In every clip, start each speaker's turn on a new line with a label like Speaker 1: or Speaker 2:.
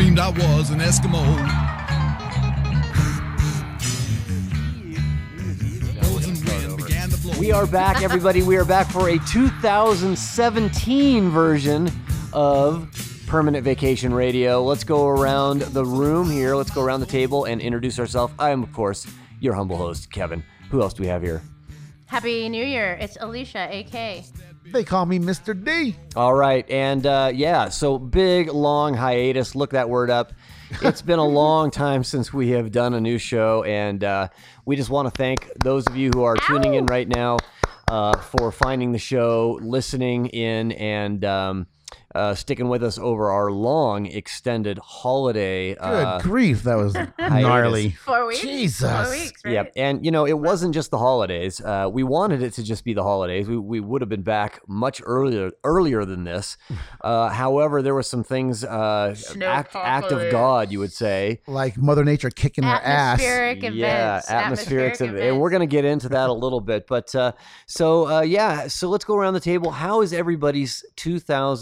Speaker 1: was an Eskimo. Frozen wind began to blow.
Speaker 2: We are back, everybody. We are back for a 2017 version of Permanent Vacation Radio. Let's go around the room here. Let's go around the table and introduce ourselves. I am, of course, your humble host, Kevin. Who else do we have here?
Speaker 3: Happy New Year. It's Alicia, AK.
Speaker 4: They call me Mr. D.
Speaker 2: All right. And uh, yeah, so big, long hiatus. Look that word up. It's been a long time since we have done a new show. And uh, we just want to thank those of you who are tuning in right now uh, for finding the show, listening in, and um, uh, sticking with us over our long, extended holiday.
Speaker 4: Good
Speaker 2: Uh,
Speaker 4: grief, that was gnarly.
Speaker 3: Four weeks. Four
Speaker 4: Jesus.
Speaker 3: weeks, right?
Speaker 2: Yep. And, you know, it wasn't just the holidays. Uh, we wanted it to just be the holidays. We, we would have been back much earlier earlier than this. Uh, however, there were some things, uh, act, act of God, you would say.
Speaker 4: Like Mother Nature kicking her ass.
Speaker 3: Atmospheric events.
Speaker 2: Yeah, atmospheric. And we're going to get into that a little bit. But uh, so, uh, yeah, so let's go around the table. How is everybody's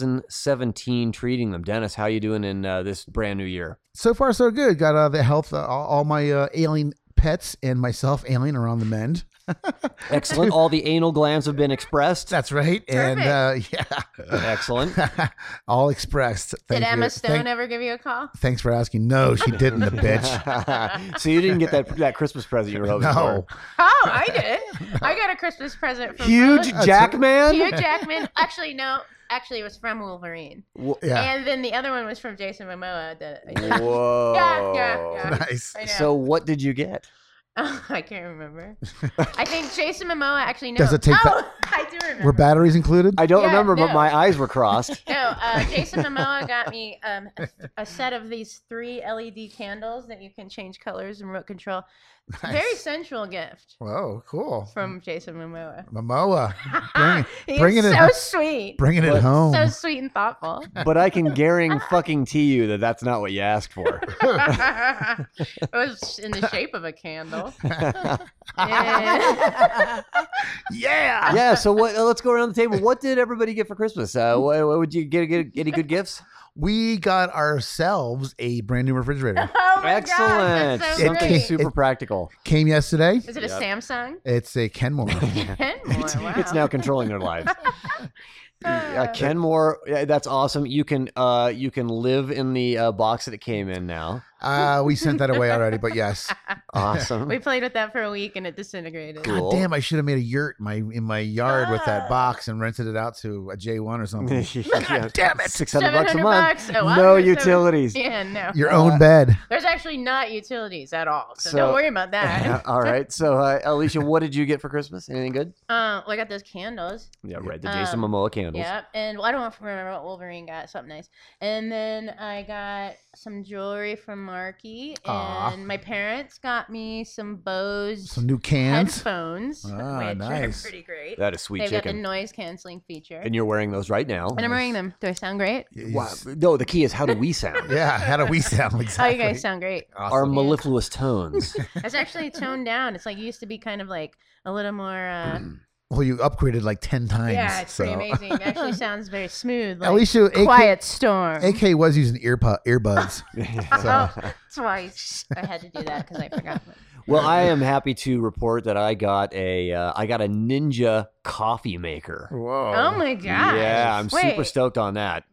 Speaker 2: 2017 treating them? Dennis, how you doing in uh, this brand new year?
Speaker 4: So far, so good. Got uh, the health, uh, all, all my uh, alien pets and myself alien are on the mend.
Speaker 2: Excellent. All the anal glands have been expressed.
Speaker 4: That's right. And uh,
Speaker 2: Excellent.
Speaker 4: yeah, all expressed. Thank
Speaker 3: Did Emma
Speaker 4: you.
Speaker 3: Stone
Speaker 4: Thank-
Speaker 3: ever give you a call?
Speaker 4: thanks for asking. No, she didn't, the bitch.
Speaker 2: so you didn't get that that Christmas present you were hoping for.
Speaker 4: No.
Speaker 3: Oh, I did. I got a Christmas present from
Speaker 2: Huge
Speaker 3: both
Speaker 2: Jackman.
Speaker 3: Hugh Jackman. Actually, no. Actually, it was from Wolverine.
Speaker 4: Well, yeah.
Speaker 3: And then the other one was from Jason Momoa. That
Speaker 2: Whoa.
Speaker 3: Yeah, yeah, yeah.
Speaker 4: nice.
Speaker 3: I know.
Speaker 2: So what did you get?
Speaker 3: I can't remember. I think Jason Momoa actually knows.
Speaker 4: Does it take
Speaker 3: Oh, I do remember.
Speaker 4: Were batteries included?
Speaker 2: I don't
Speaker 3: Yeah,
Speaker 2: remember, but
Speaker 3: no.
Speaker 2: my eyes were crossed.
Speaker 3: No, uh, Jason Momoa got me um, a, a set of these three LED candles that you can change colors and remote control. Very sensual gift
Speaker 4: Whoa, cool.
Speaker 3: from Jason Momoa.
Speaker 4: Momoa. Bring,
Speaker 3: He's
Speaker 4: bringing
Speaker 3: so
Speaker 4: it, home-
Speaker 3: sweet,
Speaker 4: bringing it
Speaker 2: What?
Speaker 4: home.
Speaker 3: so sweet and thoughtful.
Speaker 2: But I can guarantee fucking to you that that's not what you asked for.
Speaker 3: it was in the shape of a candle. Yeah.
Speaker 4: yeah.
Speaker 2: yeah. So what? uh, let's go around the table. What did everybody get for Christmas? Uh, what, what would you get, get? Any good gifts?
Speaker 4: We got ourselves a brand new refrigerator.
Speaker 3: Oh my
Speaker 2: Excellent.
Speaker 3: God, that's so
Speaker 2: Something
Speaker 3: great.
Speaker 4: su-
Speaker 2: super practical.
Speaker 4: Came yesterday.
Speaker 3: Is it a Samsung?
Speaker 4: It's a Kenmore.
Speaker 3: Kenmore, wow.
Speaker 2: It's now controlling their lives. Uh, Kenmore, yeah, that's awesome. You can uh, you can live in the uh, box that it came in now.
Speaker 4: uh, we sent that away already, but yes.
Speaker 2: Awesome.
Speaker 3: We played with that for a week and it disintegrated.
Speaker 2: Cool.
Speaker 4: God damn, I should have made a yurt in my in my yard with that box and rented it out to a J one or something.
Speaker 2: damn it! Six hundred bucks a month.
Speaker 3: 700 bucks. Oh, wow,
Speaker 2: no
Speaker 3: that's so-
Speaker 2: utilities.
Speaker 3: Yeah, no.
Speaker 4: Your own bed.
Speaker 3: There's actually not utilities at all, so,
Speaker 2: So-
Speaker 3: don't worry about that.
Speaker 2: All right. So, uh, Alicia, what did you get for Christmas? Anything good?
Speaker 3: uh, well, I got those candles.
Speaker 2: Yeah, right. The
Speaker 3: the
Speaker 2: Jason
Speaker 3: Jason Um,
Speaker 2: Momoa candles.
Speaker 3: Yeah, and well, I don't remember what Wolverine got. Something nice. And then I got some jewelry from Marky, and
Speaker 4: Aw.
Speaker 3: my parents got me some Bose
Speaker 4: Some new cans.
Speaker 3: headphones,
Speaker 4: Ah,
Speaker 3: which
Speaker 4: nice.
Speaker 3: are pretty great.
Speaker 2: That is sweet
Speaker 3: They've got the
Speaker 2: chicken.
Speaker 3: noise canceling feature,
Speaker 2: and you're wearing those right now.
Speaker 3: and I'm wearing them. Do I sound great?
Speaker 2: Wow.
Speaker 4: Yes.
Speaker 2: No, the key is how do we sound?
Speaker 4: Yeah, how do we sound
Speaker 3: Oh,
Speaker 4: exactly?
Speaker 3: you guys sound great.
Speaker 2: Our
Speaker 4: Awesome.
Speaker 2: mellifluous tones.
Speaker 3: It's actually toned down. It's like it used to be kind of like a little more. Uh,
Speaker 4: well, you upgraded like ten times.
Speaker 3: yeah, it's
Speaker 4: so.
Speaker 3: pretty amazing. It actually sounds very smooth. Like
Speaker 4: Alicia, AK,
Speaker 3: quiet storm.
Speaker 4: AK was using earpu- earbuds.
Speaker 3: Oh, twice. I had to do that because I forgot.
Speaker 2: well, I am happy to report that I got a uh, I got a Ninja coffee maker.
Speaker 4: Whoa.
Speaker 3: Oh my gosh.
Speaker 2: Yeah, I'm super
Speaker 3: Wait,
Speaker 2: stoked on that.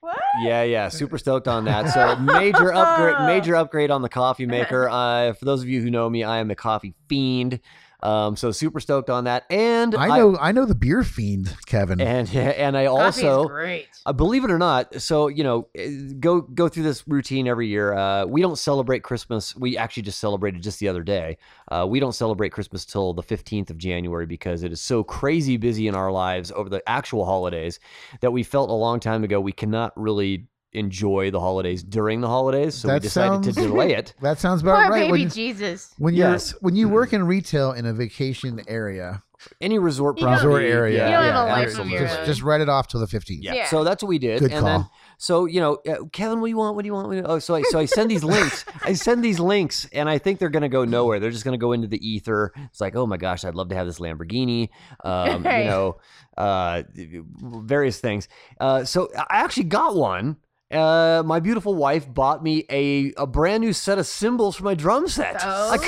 Speaker 3: What?
Speaker 2: Yeah, yeah, super stoked on that. So major upgrade, major upgrade on the coffee maker. Uh, for those of you who know me, I am a coffee fiend. Um, so super stoked on that. And
Speaker 4: I know I know the beer fiend, Kevin.
Speaker 3: Eh.
Speaker 2: and and I
Speaker 3: Coffee's
Speaker 2: also
Speaker 3: great.
Speaker 2: Uh, believe it or not, so you know, eh, go go through this routine every year. Uh, we don't celebrate Christmas. We actually just celebrated just the other day. Uh, we don't celebrate Christmas till the fifteenth of January because it is so crazy busy in our lives over the actual holidays that we felt a long time ago we cannot really enjoy the holidays during the holidays. So we
Speaker 4: That
Speaker 2: decided to
Speaker 4: sounds-
Speaker 2: delay it.
Speaker 4: That sounds about
Speaker 3: Poor
Speaker 4: right.
Speaker 3: baby Mm-hmm.
Speaker 4: when,
Speaker 3: Jesus.
Speaker 4: when you're
Speaker 2: Yes.
Speaker 4: when you work in retail in a vacation area,
Speaker 2: Any resort
Speaker 3: You don't-
Speaker 2: property,
Speaker 4: Resort
Speaker 2: yeah,
Speaker 4: area, You don't
Speaker 3: have a
Speaker 2: yeah,
Speaker 3: life of
Speaker 2: absolutely.
Speaker 3: your
Speaker 4: just
Speaker 3: own.
Speaker 4: just write it off till the fifteenth.
Speaker 2: Yeah.
Speaker 3: Yeah.
Speaker 2: So that's what we did.
Speaker 4: Good
Speaker 2: and then
Speaker 4: call.
Speaker 2: so you know, uh, Kevin, what do you want? What do you want? What do you- Oh, so I so I send these links. I send these links, and I think they're gonna go nowhere. They're just gonna go into the ether. It's like, oh my gosh, I'd love to have this Lamborghini. Um, You
Speaker 3: Right.
Speaker 2: know, uh, various things. Uh, so I actually got one. Uh, my beautiful wife bought me a, a brand new set of cymbals for my drum set.
Speaker 3: Oh.
Speaker 2: Like,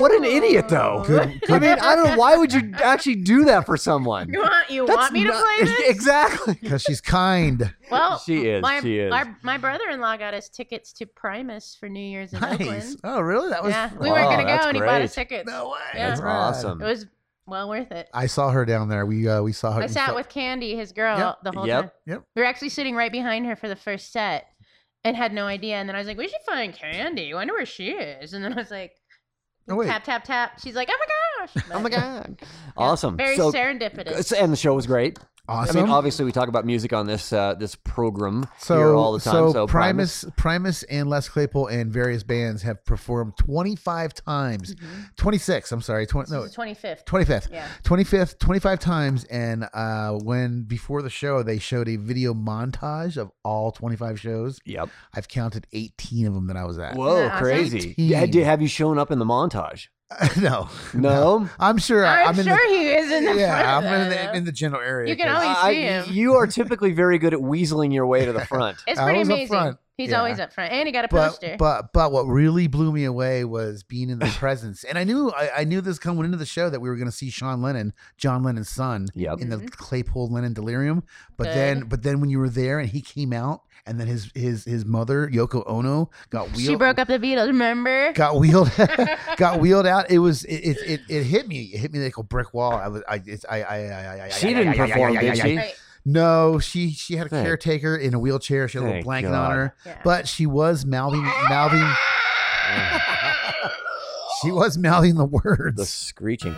Speaker 2: what an idiot, though. I mean, I don't know. Why would you actually do that for someone?
Speaker 3: You want you
Speaker 2: That's
Speaker 3: want me to
Speaker 2: not-
Speaker 3: play this?
Speaker 2: Exactly.
Speaker 4: because she's kind.
Speaker 3: Well,
Speaker 2: She is,
Speaker 3: My,
Speaker 2: she is.
Speaker 3: our- my brother-in-law got us tickets to Primus for New Year's in
Speaker 4: Nice.
Speaker 3: Oakland.
Speaker 4: Oh, really? That was
Speaker 3: yeah, we
Speaker 2: Wow,
Speaker 3: weren't gonna go,
Speaker 2: that's
Speaker 3: and he bought
Speaker 2: great.
Speaker 3: us tickets.
Speaker 4: no way.
Speaker 3: Yeah.
Speaker 2: That's
Speaker 3: That's
Speaker 4: Rad.
Speaker 2: awesome.
Speaker 3: It was well worth it.
Speaker 4: I saw her down there. We uh, we saw her.
Speaker 3: I
Speaker 4: you
Speaker 3: sat
Speaker 4: saw-
Speaker 3: with Candy, his girl,
Speaker 4: Yep.
Speaker 3: the whole
Speaker 2: Yep.
Speaker 3: time.
Speaker 4: Yep.
Speaker 3: We were actually sitting right behind her for the first set, and had no idea. And then I was like, "We should find Candy. I wonder where she is." And then I was like,
Speaker 4: Oh, wait.
Speaker 3: "Tap tap tap." She's like, "Oh my gosh!"
Speaker 2: Oh my
Speaker 3: But-
Speaker 2: god. Awesome.
Speaker 3: Very
Speaker 2: so,
Speaker 4: uh,
Speaker 3: serendipitous.
Speaker 2: so- and the show was great.
Speaker 4: Awesome.
Speaker 2: I mean, obviously, we talk about music on this uh, this program
Speaker 4: so
Speaker 2: here all the time.
Speaker 4: so,
Speaker 2: So,
Speaker 4: Primus, Primus and Les Claypool and various bands have performed 25 times, 26. I'm sorry, 20,
Speaker 3: This
Speaker 4: no,
Speaker 3: is the 25th.
Speaker 4: 25th.
Speaker 3: Yeah.
Speaker 4: 25th 25 times and uh when before the show they showed a video montage of all 25 shows
Speaker 2: Yep.
Speaker 4: i've counted 18 of them that i was at
Speaker 2: Whoa,
Speaker 3: awesome?
Speaker 2: crazy.
Speaker 4: 18.
Speaker 2: Yeah, did- have you shown up in the montage?
Speaker 4: no
Speaker 2: No.
Speaker 4: i'm sure I-
Speaker 3: I'm,
Speaker 4: i'm in
Speaker 3: sure
Speaker 4: the
Speaker 3: he is in the
Speaker 4: yeah
Speaker 3: front
Speaker 4: i'm
Speaker 3: row,
Speaker 4: in the,
Speaker 3: though.
Speaker 4: in the general area
Speaker 3: You can
Speaker 4: 'cause-
Speaker 3: always-
Speaker 2: I-
Speaker 3: see him.
Speaker 2: you are typically very good at weaseling your way to the front.
Speaker 3: It's
Speaker 4: I
Speaker 3: pretty
Speaker 4: was up
Speaker 3: amazing.
Speaker 4: front.
Speaker 3: He's
Speaker 4: Yeah.
Speaker 3: always up front, and he got a
Speaker 4: but
Speaker 3: poster.
Speaker 4: but but what really blew me away was being in the presence and i knew I, I knew this coming into the show that we were going to see sean lennon john lennon's son
Speaker 2: Yep.
Speaker 4: in the Claypool Lennon delirium. But
Speaker 3: Mm-hmm. Good.
Speaker 4: then, but then when you were there and he came out, and then his his his mother Yoko Ono got wheeled.
Speaker 3: she broke up the Beatles. Remember?
Speaker 4: Got wheeled, got wheeled out. It was it, it it it hit me. It hit me like a brick wall. I was I it's, I, I, I, I I
Speaker 2: She
Speaker 4: I-
Speaker 2: didn't
Speaker 4: I- I- I-
Speaker 2: perform,
Speaker 4: I- I-
Speaker 2: did
Speaker 4: I-
Speaker 2: she?
Speaker 3: Right.
Speaker 4: No, she she had a
Speaker 2: Thank-
Speaker 4: caretaker in a wheelchair. She had a little
Speaker 2: Thank
Speaker 4: blanket
Speaker 2: God.
Speaker 4: on her.
Speaker 3: Yeah.
Speaker 4: But she was mouthing mouthing. she was mouthing the words.
Speaker 2: The screeching.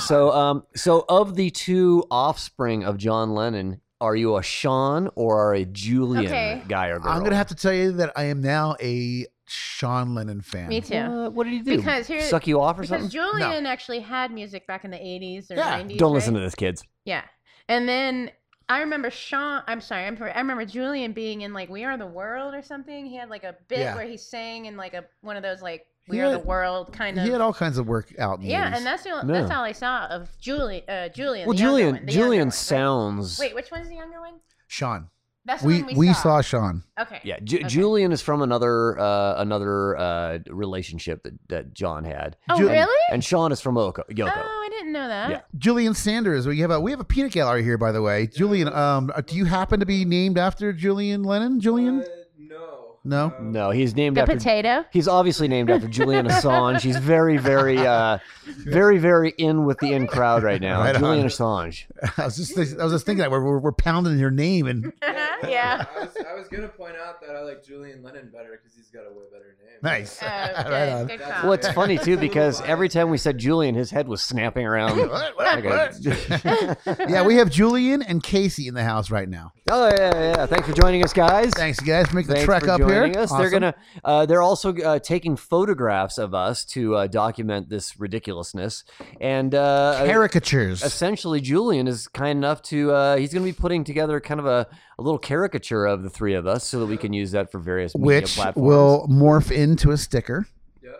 Speaker 2: So, um, so of the two offspring of John Lennon, are you a Sean or are a Julian
Speaker 3: Okay.
Speaker 2: guy or girl?
Speaker 4: I'm gonna have to tell you that I am now a Sean Lennon fan.
Speaker 3: Me too.
Speaker 2: Uh, what did he do?
Speaker 3: Because here-
Speaker 2: suck you off or something?
Speaker 3: because Julian actually had music back in the 80s or
Speaker 4: Yeah.
Speaker 3: 90s.
Speaker 2: Don't listen
Speaker 3: right?
Speaker 2: to this, kids.
Speaker 3: Yeah. And then I remember Sean, I'm sorry, I'm, I remember Julian being in like We Are the World or something. He had like a bit
Speaker 4: Yeah.
Speaker 3: where he sang in like a one of those like
Speaker 4: He
Speaker 3: We Are the
Speaker 4: had-
Speaker 3: World kind of.
Speaker 4: He had all kinds of work out. In the
Speaker 3: yeah,
Speaker 4: 80s.
Speaker 3: and that's the,
Speaker 2: No.
Speaker 3: that's all I saw of Julie, uh, Julian.
Speaker 2: Well,
Speaker 3: the younger
Speaker 2: Julian,
Speaker 3: one, the younger
Speaker 2: Julian
Speaker 3: one, right?
Speaker 2: sounds.
Speaker 3: Wait, which one's the younger one?
Speaker 4: Sean.
Speaker 3: That's the
Speaker 4: We
Speaker 3: one we,
Speaker 4: we saw Sean.
Speaker 3: Okay.
Speaker 2: Yeah, Ju-
Speaker 3: Okay.
Speaker 2: Julian is from another uh, another uh, relationship that, that John had,
Speaker 3: Oh,
Speaker 4: Ju-
Speaker 3: really?
Speaker 2: and Sean is from Yoko. Yoko.
Speaker 3: Oh, I didn't know that.
Speaker 2: Yeah.
Speaker 4: Julian Sanders. We have a we have a peanut gallery here, by the way. Julian,
Speaker 3: Mm.
Speaker 4: um, do you happen to be named after Julian Lennon?
Speaker 3: Uh,
Speaker 4: Julian?
Speaker 5: Uh, no.
Speaker 4: No?
Speaker 5: Uh,
Speaker 2: no, he's named
Speaker 3: The
Speaker 2: after.
Speaker 3: potato.
Speaker 2: He's obviously named after Julian Assange. He's very, very, uh, very, very in with the in crowd right now.
Speaker 4: Right on.
Speaker 2: Julian Assange.
Speaker 4: I was just I was just thinking that we're we're, we're pounding your name and
Speaker 3: yeah.
Speaker 5: I was, I was gonna point out that I like Julian Lennon better because he's got a way better name.
Speaker 4: nice.
Speaker 3: Oh, good.
Speaker 4: Right on.
Speaker 3: Good
Speaker 5: That's
Speaker 3: call.
Speaker 2: Well, it's
Speaker 5: Yeah.
Speaker 2: funny too because every time we said Julian, his head was snapping around.
Speaker 4: What?
Speaker 2: Like
Speaker 4: What?
Speaker 2: a-
Speaker 4: What? yeah, we have Julian and Casey in the house right now.
Speaker 2: oh yeah, yeah. Thanks for joining us, guys.
Speaker 4: Thanks, you guys, for making the
Speaker 2: Thanks
Speaker 4: trek
Speaker 2: for
Speaker 4: up here.
Speaker 2: joining us. They're
Speaker 4: Awesome.
Speaker 2: gonna. Uh, they're also uh, taking photographs of us to uh, document this ridiculousness. And uh,
Speaker 4: caricatures.
Speaker 2: essentially, Julian is kind enough to. Uh, he's going to be putting together kind of a, a little caricature of the three of us so that we can use that for various media
Speaker 4: Which
Speaker 2: platforms.
Speaker 4: will morph into a sticker.
Speaker 5: Yep.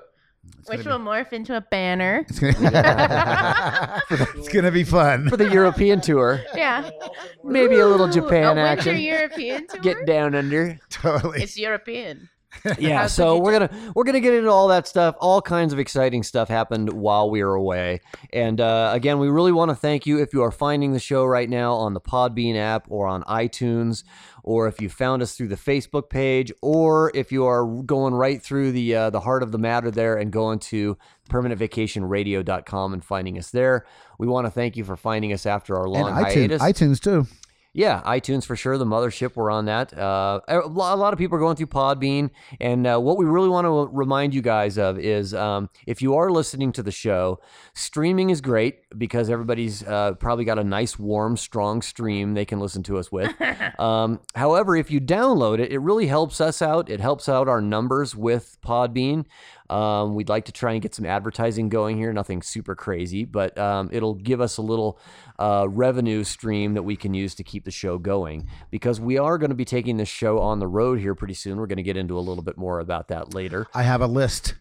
Speaker 3: Which will morph into a banner.
Speaker 4: It's gonna, it's gonna be fun.
Speaker 2: for the European tour,
Speaker 3: Yeah.
Speaker 2: maybe a little
Speaker 3: Ooh,
Speaker 2: Japan
Speaker 3: a winter
Speaker 2: action.
Speaker 3: European tour.
Speaker 2: Get down under.
Speaker 4: Totally.
Speaker 3: it's European.
Speaker 2: yeah
Speaker 3: How's
Speaker 2: so
Speaker 3: the
Speaker 2: we're gonna we're gonna get into all that stuff all kinds of exciting stuff happened while we were away and uh, again we really want to thank you if you are finding the show right now on the podbean app or on itunes or if you found us through the facebook page or if you are going right through the uh, the heart of the matter there and going to permanentvacationradio.com and finding us there we want to thank you for finding us after our
Speaker 4: and
Speaker 2: long
Speaker 4: iTunes,
Speaker 2: hiatus
Speaker 4: iTunes too.
Speaker 2: yeah, iTunes for sure. The mothership, we're on that. Uh, a lo- a lot of people are going through Podbean, and uh, what we really want to remind you guys of is um, if you are listening to the show, streaming is great because everybody's uh, probably got a nice, warm, strong stream they can listen to us with. um, however, if you download it, it really helps us out. It helps out our numbers with Podbean. Um, we'd like to try and get some advertising going here. Nothing super crazy, but um, it'll give us a little uh, revenue stream that we can use to keep the show going because we are going to be taking this show on the road here pretty soon. We're going to get into a little bit more about that later.
Speaker 4: I have a list.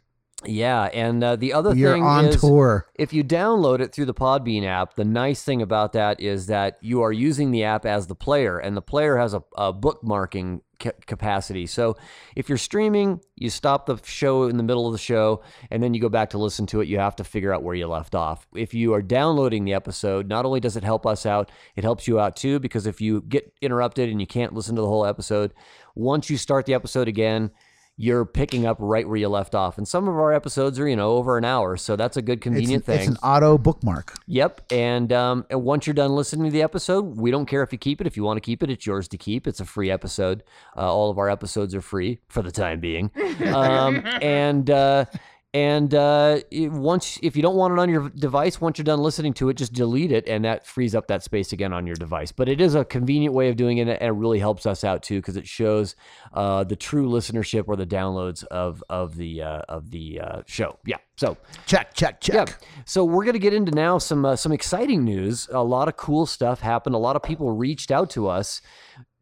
Speaker 2: Yeah, and uh, the other
Speaker 4: You're
Speaker 2: thing
Speaker 4: on
Speaker 2: is
Speaker 4: tour.
Speaker 2: if you download it through the Podbean app, the nice thing about that is that you are using the app as the player, and the player has a, a bookmarking ca- capacity. So if you're streaming, you stop the show in the middle of the show, and then you go back to listen to it. You have to figure out where you left off. If you are downloading the episode, not only does it help us out, it helps you out too, because if you get interrupted and you can't listen to the whole episode, once you start the episode again, you're picking up right where you left off. And some of our episodes are, you know, over an hour. So that's a good
Speaker 4: It's an,
Speaker 2: convenient
Speaker 4: it's
Speaker 2: thing.
Speaker 4: an auto bookmark.
Speaker 2: Yep. And, um, and once you're done listening to the episode, we don't care if you keep it. If you want to keep it, it's yours to keep. It's a free episode. Uh, all of our episodes are free for the time being. Um, and, uh, and uh, it- once, if you don't want it on your device, once you're done listening to it, just delete it, and that frees up that space again on your device. But it is a convenient way of doing it, and it really helps us out too because it shows uh, the true listenership or the downloads of of the uh, of the uh, show. Yeah. So
Speaker 4: Check, check, check.
Speaker 2: yeah. So we're going to get into now some uh, some exciting news. A lot of cool stuff happened. A lot of people reached out to us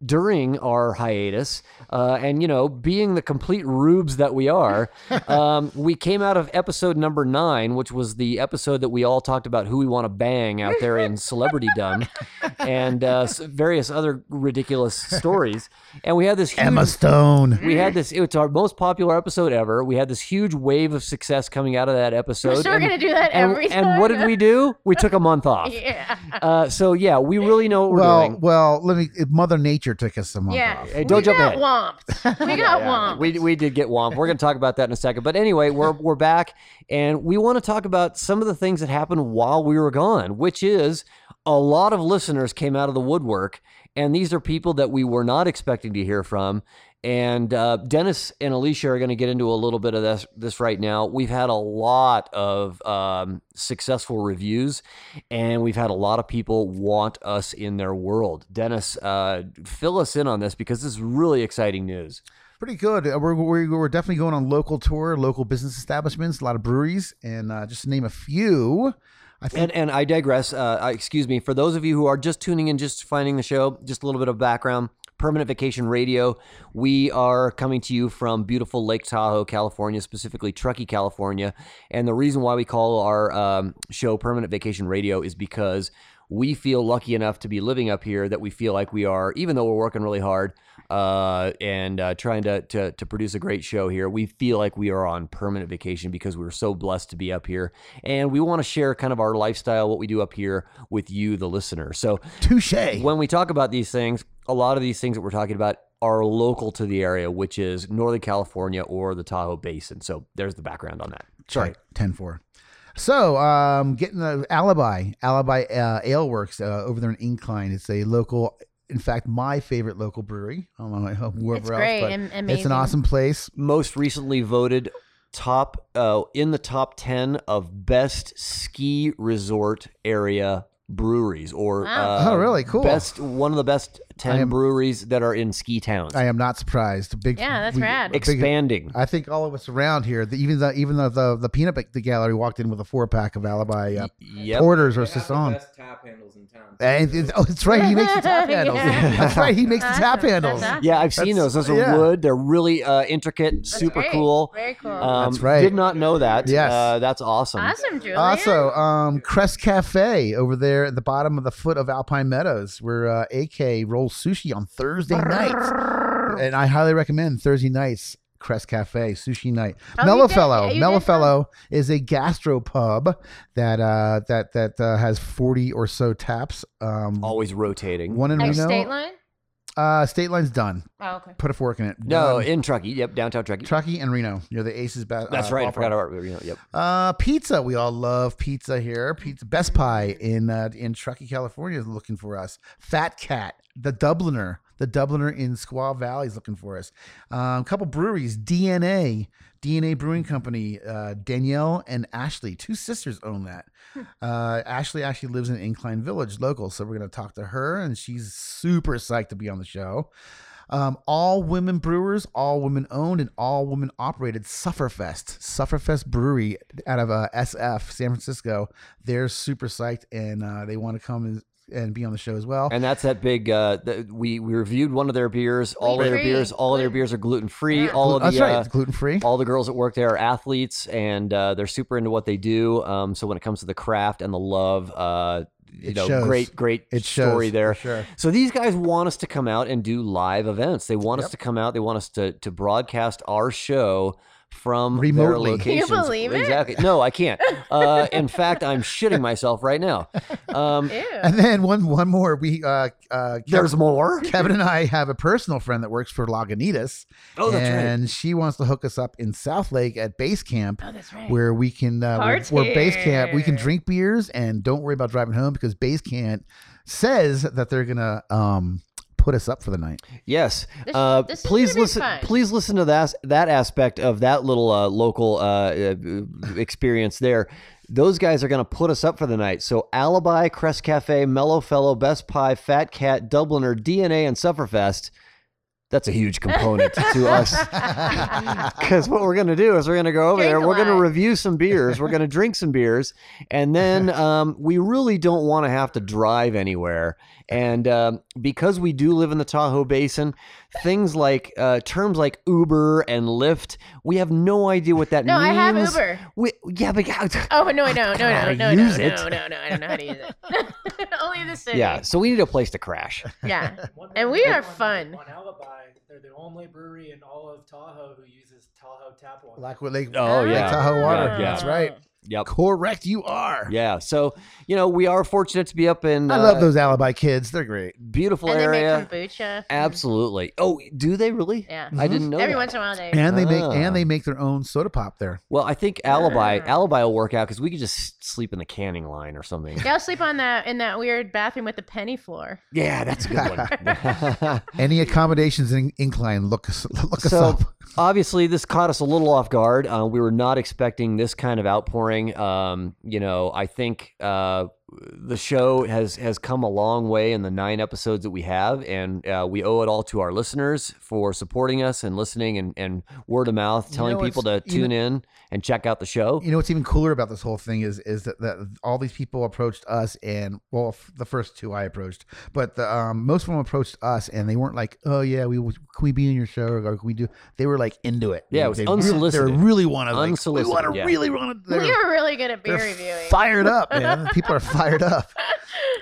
Speaker 2: during our hiatus, uh, and you know, being the complete rubes that we are, um, we came out of episode number nine, which was the episode that we all talked about who we want to bang out there in celebrity dumb, and uh, s- various other ridiculous stories. And we had this huge
Speaker 4: Emma Stone.
Speaker 2: we had this. It's our most popular episode ever. We had this huge wave of success coming out of that episode.
Speaker 3: sure
Speaker 2: and,
Speaker 3: gonna do that
Speaker 2: and,
Speaker 3: every
Speaker 2: and what
Speaker 3: time.
Speaker 2: did we do? We took a month off.
Speaker 3: Yeah.
Speaker 2: Uh, so yeah, we really know what we're
Speaker 4: Well,
Speaker 2: doing.
Speaker 4: well, let me. if Mother Nature took us some month
Speaker 3: Yeah.
Speaker 4: off.
Speaker 2: Hey, don't
Speaker 3: we
Speaker 2: jump
Speaker 3: got
Speaker 2: ahead.
Speaker 3: Womped. We got womped.
Speaker 2: We, we did get womp. We're going to talk about that in a second. But anyway, we're, we're back and we want to talk about some of the things that happened while we were gone, which is a lot of listeners came out of the woodwork. And these are people that we were not expecting to hear from. And uh, Dennis and Alicia are going to get into a little bit of this, this right now. We've had a lot of um, successful reviews, and we've had a lot of people want us in their world. Dennis, uh, fill us in on this because this is really exciting news.
Speaker 4: Pretty good. Uh, We're, we're, we're definitely going on local tour, local business establishments, a lot of breweries, and uh, just to name a few. I think
Speaker 2: And and I digress. Uh, I- excuse me. For those of you who are just tuning in, just finding the show, just a little bit of background. Permanent Vacation Radio. We are coming to you from beautiful Lake Tahoe, California, specifically Truckee, California. And the reason why we call our um, show Permanent Vacation Radio is because we feel lucky enough to be living up here that we feel like we are, even though we're working really hard uh, and uh, trying to, to to produce a great show here. We feel like we are on permanent vacation because we're so blessed to be up here, and we want to share kind of our lifestyle, what we do up here, with you, the listener. So
Speaker 4: Touche.
Speaker 2: when we talk about these things, a lot of these things that we're talking about are local to the area, which is Northern California or the Tahoe Basin. So there's the background on that.
Speaker 4: Sorry, 10 4. So, um, getting the Alibi, Alibi uh, Ale Works uh, over there in Incline. It's a local, in fact, my favorite local brewery. I don't know I hope whoever
Speaker 3: It's
Speaker 4: else,
Speaker 3: great
Speaker 4: but
Speaker 3: and
Speaker 4: it's
Speaker 3: amazing.
Speaker 4: an awesome place.
Speaker 2: most recently voted top uh, in the top 10 of best ski resort area breweries or
Speaker 3: Wow.
Speaker 2: uh,
Speaker 4: Oh, really? Cool.
Speaker 2: best one of the best 10
Speaker 4: I am-
Speaker 2: breweries that are in ski towns
Speaker 4: I am not surprised. Big,
Speaker 3: Yeah, that's rad.
Speaker 4: big-
Speaker 2: expanding
Speaker 4: I think all of us around here, the, even the even the, the the peanut the gallery walked in with a four pack of Alibi uh,
Speaker 2: yep
Speaker 4: porters or
Speaker 5: They have the
Speaker 4: saison.
Speaker 5: best tap handles in town. too,
Speaker 4: And
Speaker 5: so-
Speaker 4: it's- oh, that's right. He makes the tap
Speaker 3: Yeah.
Speaker 4: handles. That's right. He makes the tap
Speaker 3: Awesome.
Speaker 4: handles.
Speaker 3: That's awesome.
Speaker 2: yeah i've seen
Speaker 4: That's-
Speaker 2: those those are
Speaker 4: yeah.
Speaker 2: wood they're really uh, intricate super
Speaker 3: Great.
Speaker 2: cool
Speaker 3: Very cool. Uh,
Speaker 2: um,
Speaker 4: That's right.
Speaker 2: did not know that
Speaker 4: Yes.
Speaker 2: uh, that's awesome
Speaker 3: awesome, Julia.
Speaker 4: Also, um, Crest Cafe over there at the bottom of the foot of Alpine Meadows, where uh, AK rolls sushi on Thursday nights, and I highly recommend Thursday nights. Crest Cafe sushi night.
Speaker 3: Oh, you
Speaker 4: Mellow
Speaker 3: did-
Speaker 4: Fellow.
Speaker 3: you
Speaker 4: Mellow
Speaker 3: did tell-
Speaker 4: Fellow is a gastropub that uh, that that uh, has forty or so taps. Um,
Speaker 2: always rotating
Speaker 4: one in
Speaker 3: Like
Speaker 4: Reno.
Speaker 3: state line?
Speaker 4: Uh, state line's done.
Speaker 3: Oh, okay.
Speaker 4: Put a fork in it.
Speaker 2: no
Speaker 4: Done.
Speaker 2: in truckee yep downtown truckee
Speaker 4: Truckee and Reno. You're the Aces. Ba-
Speaker 2: that's
Speaker 4: uh,
Speaker 2: right i
Speaker 4: ballpark.
Speaker 2: forgot about you know, yep
Speaker 4: Uh, pizza. We all love pizza here. Pizza Best Pie in uh, in Truckee, California is looking for us. Fat Cat, the Dubliner, the Dubliner in Squaw Valley is looking for us. A Um, couple breweries, DNA, DNA Brewing Company, uh, Danielle and Ashley, two sisters own that. Uh, Ashley actually lives in Incline Village, local, so we're gonna talk to her, and she's super psyched to be on the show. Um, all women brewers, all women owned, and all women operated Sufferfest, Sufferfest Brewery out of uh, SF, San Francisco. They're super psyched and uh, they want to come and, and be on the show as well.
Speaker 2: And that's that big. Uh, the, we we reviewed one of their beers. All of their
Speaker 3: Gluten-free.
Speaker 2: beers. All of their
Speaker 3: Gluten-
Speaker 2: beers are gluten free.
Speaker 3: Yeah.
Speaker 2: All of the
Speaker 4: That's right.
Speaker 2: uh,
Speaker 4: It's gluten free.
Speaker 2: all the girls that work there are athletes, and uh, they're super into what they do. Um, so when it comes to the craft and the love, uh, you
Speaker 4: It
Speaker 2: know,
Speaker 4: shows.
Speaker 2: great great
Speaker 4: It shows
Speaker 2: story
Speaker 4: for
Speaker 2: there.
Speaker 4: Sure.
Speaker 2: So these guys want us to come out and do live events. They want
Speaker 4: Yep.
Speaker 2: us to come out. They want us to to broadcast our show from their
Speaker 4: Remotely. Can
Speaker 2: locations.
Speaker 3: you believe it?
Speaker 2: Exactly. No, I can't. Uh, in fact, I'm shitting myself right now. Um,
Speaker 3: Ew.
Speaker 4: And then one one more. We uh uh
Speaker 2: there's more.
Speaker 4: Kevin and I have a personal friend that works for Lagunitas,
Speaker 2: Oh, that's right.
Speaker 4: and she wants to hook us up in South Lake at base camp,
Speaker 3: Oh, that's right.
Speaker 4: where we can uh, where, where base camp we can
Speaker 3: Party.
Speaker 4: drink beers and don't worry about driving home because base camp says that they're gonna um put us up for the night.
Speaker 2: Yes.
Speaker 3: This-
Speaker 2: uh,
Speaker 3: this is
Speaker 2: please
Speaker 3: gonna be
Speaker 2: listen.
Speaker 3: fun.
Speaker 2: Please listen to that that aspect of that little uh, local uh, uh, experience there. Those guys are going to put us up for the night. So Alibi, Crest Cafe, Mellow Fellow, Best Pie, Fat Cat, Dubliner, DNA, and Sufferfest. That's a huge component to us. Because what we're going to do is we're going to go over
Speaker 3: Drink
Speaker 2: there,
Speaker 3: a
Speaker 2: we're going to
Speaker 3: lot.
Speaker 2: review some beers, we're going to drink some beers, and then um, we really don't want to have to drive anywhere. And um, because we do live in the Tahoe Basin, things like uh, terms like Uber and Lyft, we have no idea what that
Speaker 3: No, I
Speaker 2: means.
Speaker 3: have Uber.
Speaker 2: We, yeah, but
Speaker 3: Oh no, I don't, no,
Speaker 2: God,
Speaker 3: no,
Speaker 2: I
Speaker 3: no, no,
Speaker 2: use
Speaker 3: no,
Speaker 2: it.
Speaker 3: no, no, no, I don't know how to use it. Only in the city.
Speaker 2: yeah, so we need a place to crash.
Speaker 3: Yeah.
Speaker 6: One
Speaker 3: And
Speaker 6: thing
Speaker 3: we
Speaker 6: I
Speaker 3: are
Speaker 6: learned
Speaker 3: fun.
Speaker 6: On Alibi, they're the only brewery in all of Tahoe who uses Tahoe tap water.
Speaker 4: Like Lake,
Speaker 2: Oh, yeah.
Speaker 4: Tahoe water.
Speaker 2: Yeah, yeah.
Speaker 4: That's right.
Speaker 2: Yep.
Speaker 4: Correct, you are.
Speaker 2: Yeah, so you know we are fortunate to be up in
Speaker 4: I
Speaker 2: uh,
Speaker 4: love those alibi kids. They're great.
Speaker 2: beautiful
Speaker 3: And they make
Speaker 2: area.
Speaker 3: kombucha.
Speaker 2: Absolutely. Oh, do they really?
Speaker 3: Yeah. Mhm.
Speaker 2: I didn't know.
Speaker 3: Every
Speaker 2: that.
Speaker 3: once in a while they.
Speaker 4: And they make
Speaker 2: Ah.
Speaker 4: and they make their own soda pop there.
Speaker 2: Well, I think alibi
Speaker 3: Yeah.
Speaker 2: alibi will work out because we could just sleep in the canning line or something.
Speaker 3: Y'all sleep on that in that weird bathroom with the penny floor.
Speaker 2: Yeah, that's a good one.
Speaker 4: Any accommodations in Incline, look us look us
Speaker 2: so
Speaker 4: up.
Speaker 2: obviously, this caught us a little off guard. Uh, we were not expecting this kind of outpouring. Um, you know, I think uh, the show has has come a long way in the nine episodes that we have, and uh, we owe it all to our listeners for supporting us and listening and, and word of mouth,
Speaker 4: You
Speaker 2: telling
Speaker 4: know,
Speaker 2: people to
Speaker 4: it's- you
Speaker 2: tune in and check out the show.
Speaker 4: You know what's even cooler about this whole thing is is that, that all these people approached us and well f- the first two I approached, but the um, most of them approached us and they weren't like oh yeah we can we be in your show or can we do they were like into it
Speaker 2: Yeah, it
Speaker 4: They-
Speaker 2: was
Speaker 4: they really-
Speaker 2: unsolicited.
Speaker 4: they really want to like, we
Speaker 2: Unsolicited,
Speaker 4: want to
Speaker 2: yeah.
Speaker 4: really want to
Speaker 3: we are really good at beer reviewing.
Speaker 4: fired up man people are fired up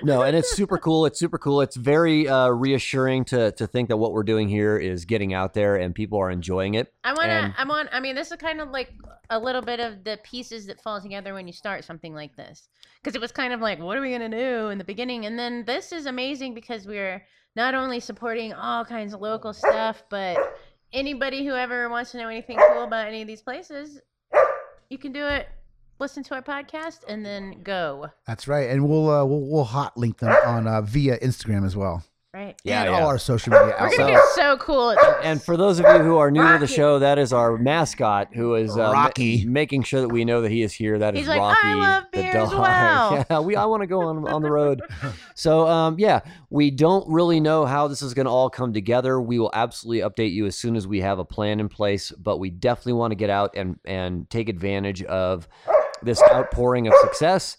Speaker 2: no, and it's super cool. It's super cool. It's very uh, reassuring to to think that what we're doing here is getting out there and people are enjoying it.
Speaker 3: I want
Speaker 2: And-
Speaker 3: to. I'm on. I mean, this is kind of like a little bit of the pieces that fall together when you start something like this. Because it was kind of like, what are we gonna do in the beginning? And then this is amazing because we're not only supporting all kinds of local stuff, but anybody who ever wants to know anything cool about any of these places, you can do it. Listen to our podcast and then go.
Speaker 4: that's right and we'll uh, we'll, we'll hot link them on uh, via Instagram as well
Speaker 3: Right.
Speaker 2: Yeah,
Speaker 4: and
Speaker 2: yeah.
Speaker 4: all our social media
Speaker 3: We're
Speaker 4: outlets.
Speaker 3: gonna get so cool at this.
Speaker 2: And for those of you who are new to the
Speaker 3: Rocky.
Speaker 2: show, that is our mascot who is uh, ma-
Speaker 4: Rocky.
Speaker 2: making sure that we know that he is here. That is
Speaker 3: He's like,
Speaker 2: Rocky.
Speaker 3: "I love
Speaker 2: the
Speaker 3: beer
Speaker 2: dog.
Speaker 3: as well.
Speaker 2: Yeah, we. I want to go on on the road. So, um, yeah, we don't really know how this is going to all come together. We will absolutely update you as soon as we have a plan in place. But we definitely want to get out and and take advantage of this outpouring of success.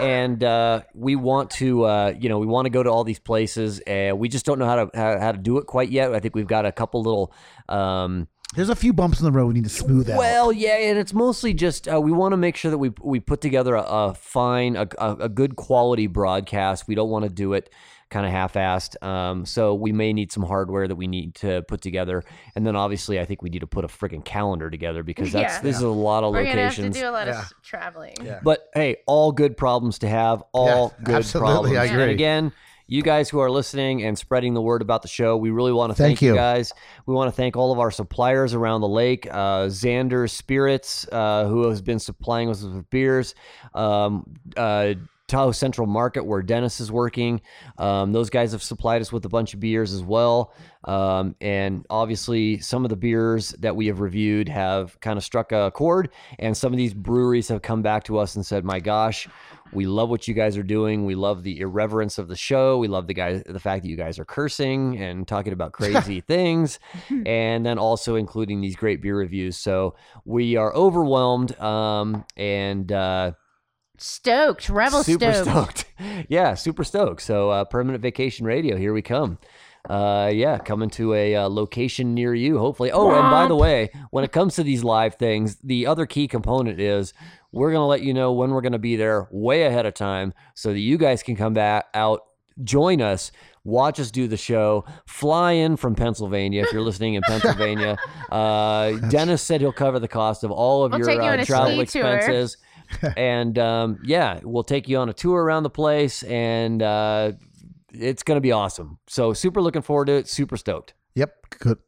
Speaker 2: and uh, we want to uh, you know we want to go to all these places and we just don't know how to how, how to do it quite yet i think we've got a couple little um,
Speaker 4: There's a few bumps in the road we need to smooth out.
Speaker 2: well yeah and it's mostly just uh, we want to make sure that we we put together a, a fine a, a, a good quality broadcast we don't want to do it kind of half-assed um, so we may need some hardware that we need to put together and then obviously i think we need to put a freaking calendar together because that's
Speaker 3: Yeah.
Speaker 2: this is a lot of
Speaker 3: we're gonna have to
Speaker 2: locations
Speaker 3: do a lot of
Speaker 4: Yeah.
Speaker 3: s- traveling.
Speaker 4: Yeah.
Speaker 2: but hey, all good problems to have, all
Speaker 4: Yeah,
Speaker 2: good
Speaker 4: absolutely,
Speaker 2: problems.
Speaker 4: I
Speaker 2: And
Speaker 4: agree.
Speaker 2: again, you guys who are listening and spreading the word about the show, we really want to thank,
Speaker 4: Thank
Speaker 2: you.
Speaker 4: you.
Speaker 2: guys. We want to thank all of our suppliers around the lake, uh, Xander Spirits, uh, who has been supplying us with beers, um, uh, Tahoe Central Market, where Dennis is working. Um, those guys have supplied us with a bunch of beers as well. Um, and obviously, some of the beers that we have reviewed have kind of struck a chord. And some of these breweries have come back to us and said, "My gosh, we love what you guys are doing. We love the irreverence of the show. We love the guys, the fact that you guys are cursing and talking about crazy things, and then also including these great beer reviews. So we are overwhelmed. Um, and uh,
Speaker 3: Stoked, Revel
Speaker 2: super
Speaker 3: stoked.
Speaker 2: yeah, super stoked. So uh, permanent vacation radio, here we come. Uh, yeah, coming to a uh, location near you, hopefully. Oh, and by the way, when it comes to these live things, the other key component is we're gonna let you know when we're gonna be there way ahead of time, so that you guys can come back out, join us. Watch us do the show. Fly in from Pennsylvania if you're listening in Pennsylvania. Uh, Dennis said he'll cover the cost of all of
Speaker 3: We'll
Speaker 2: your
Speaker 3: take you
Speaker 2: uh,
Speaker 3: on a
Speaker 2: travel
Speaker 3: ski tour.
Speaker 2: expenses and um, yeah, we'll take you on a tour around the place, and uh, it's going to be awesome. So super looking forward to it. Super stoked.
Speaker 4: Yep. Good.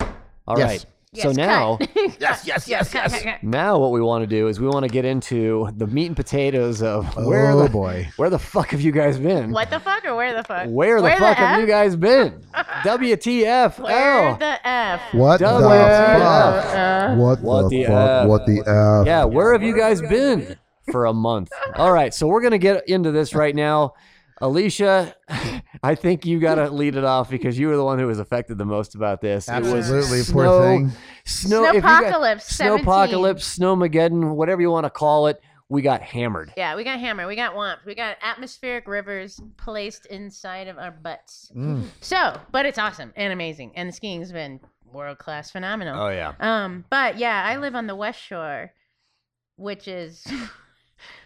Speaker 2: All right.
Speaker 4: Yes.
Speaker 2: so
Speaker 3: Yes,
Speaker 2: now,
Speaker 3: cut.
Speaker 4: Yes, yes, yes,
Speaker 3: Cut, cut,
Speaker 4: yes.
Speaker 3: cut.
Speaker 2: now what we want to do is we want to get into the meat and potatoes of where
Speaker 4: oh
Speaker 2: the
Speaker 4: boy.
Speaker 2: where the fuck have you guys been?
Speaker 3: What the fuck or where the fuck?
Speaker 2: Where the fuck have
Speaker 3: F?
Speaker 2: you guys been? WTF?
Speaker 3: Where
Speaker 2: oh.
Speaker 3: the F?
Speaker 7: What
Speaker 2: Double
Speaker 7: the
Speaker 2: F.
Speaker 7: fuck? What,
Speaker 2: What
Speaker 7: the,
Speaker 2: the
Speaker 7: fuck?
Speaker 2: F?
Speaker 7: What the F?
Speaker 2: Yeah, where have you guys been for a month? All right, so we're gonna get into this right now. Alicia, I think you gotta lead it off because you were the one who was affected the most about this. It was
Speaker 4: Absolutely.
Speaker 2: snow-
Speaker 4: Poor thing.
Speaker 2: Snow, if you got-
Speaker 3: Snowpocalypse 17.
Speaker 2: snowpocalypse, snowmageddon, whatever you want to call it. We got hammered.
Speaker 3: Yeah, we got hammer, we got womp, we got atmospheric rivers placed inside of our butts.
Speaker 4: Mm,
Speaker 7: Mm-hmm.
Speaker 3: So, but it's awesome and amazing, and the skiing's been world class, phenomenal.
Speaker 2: Oh, yeah,
Speaker 3: Um, but yeah, I live on the West Shore, which is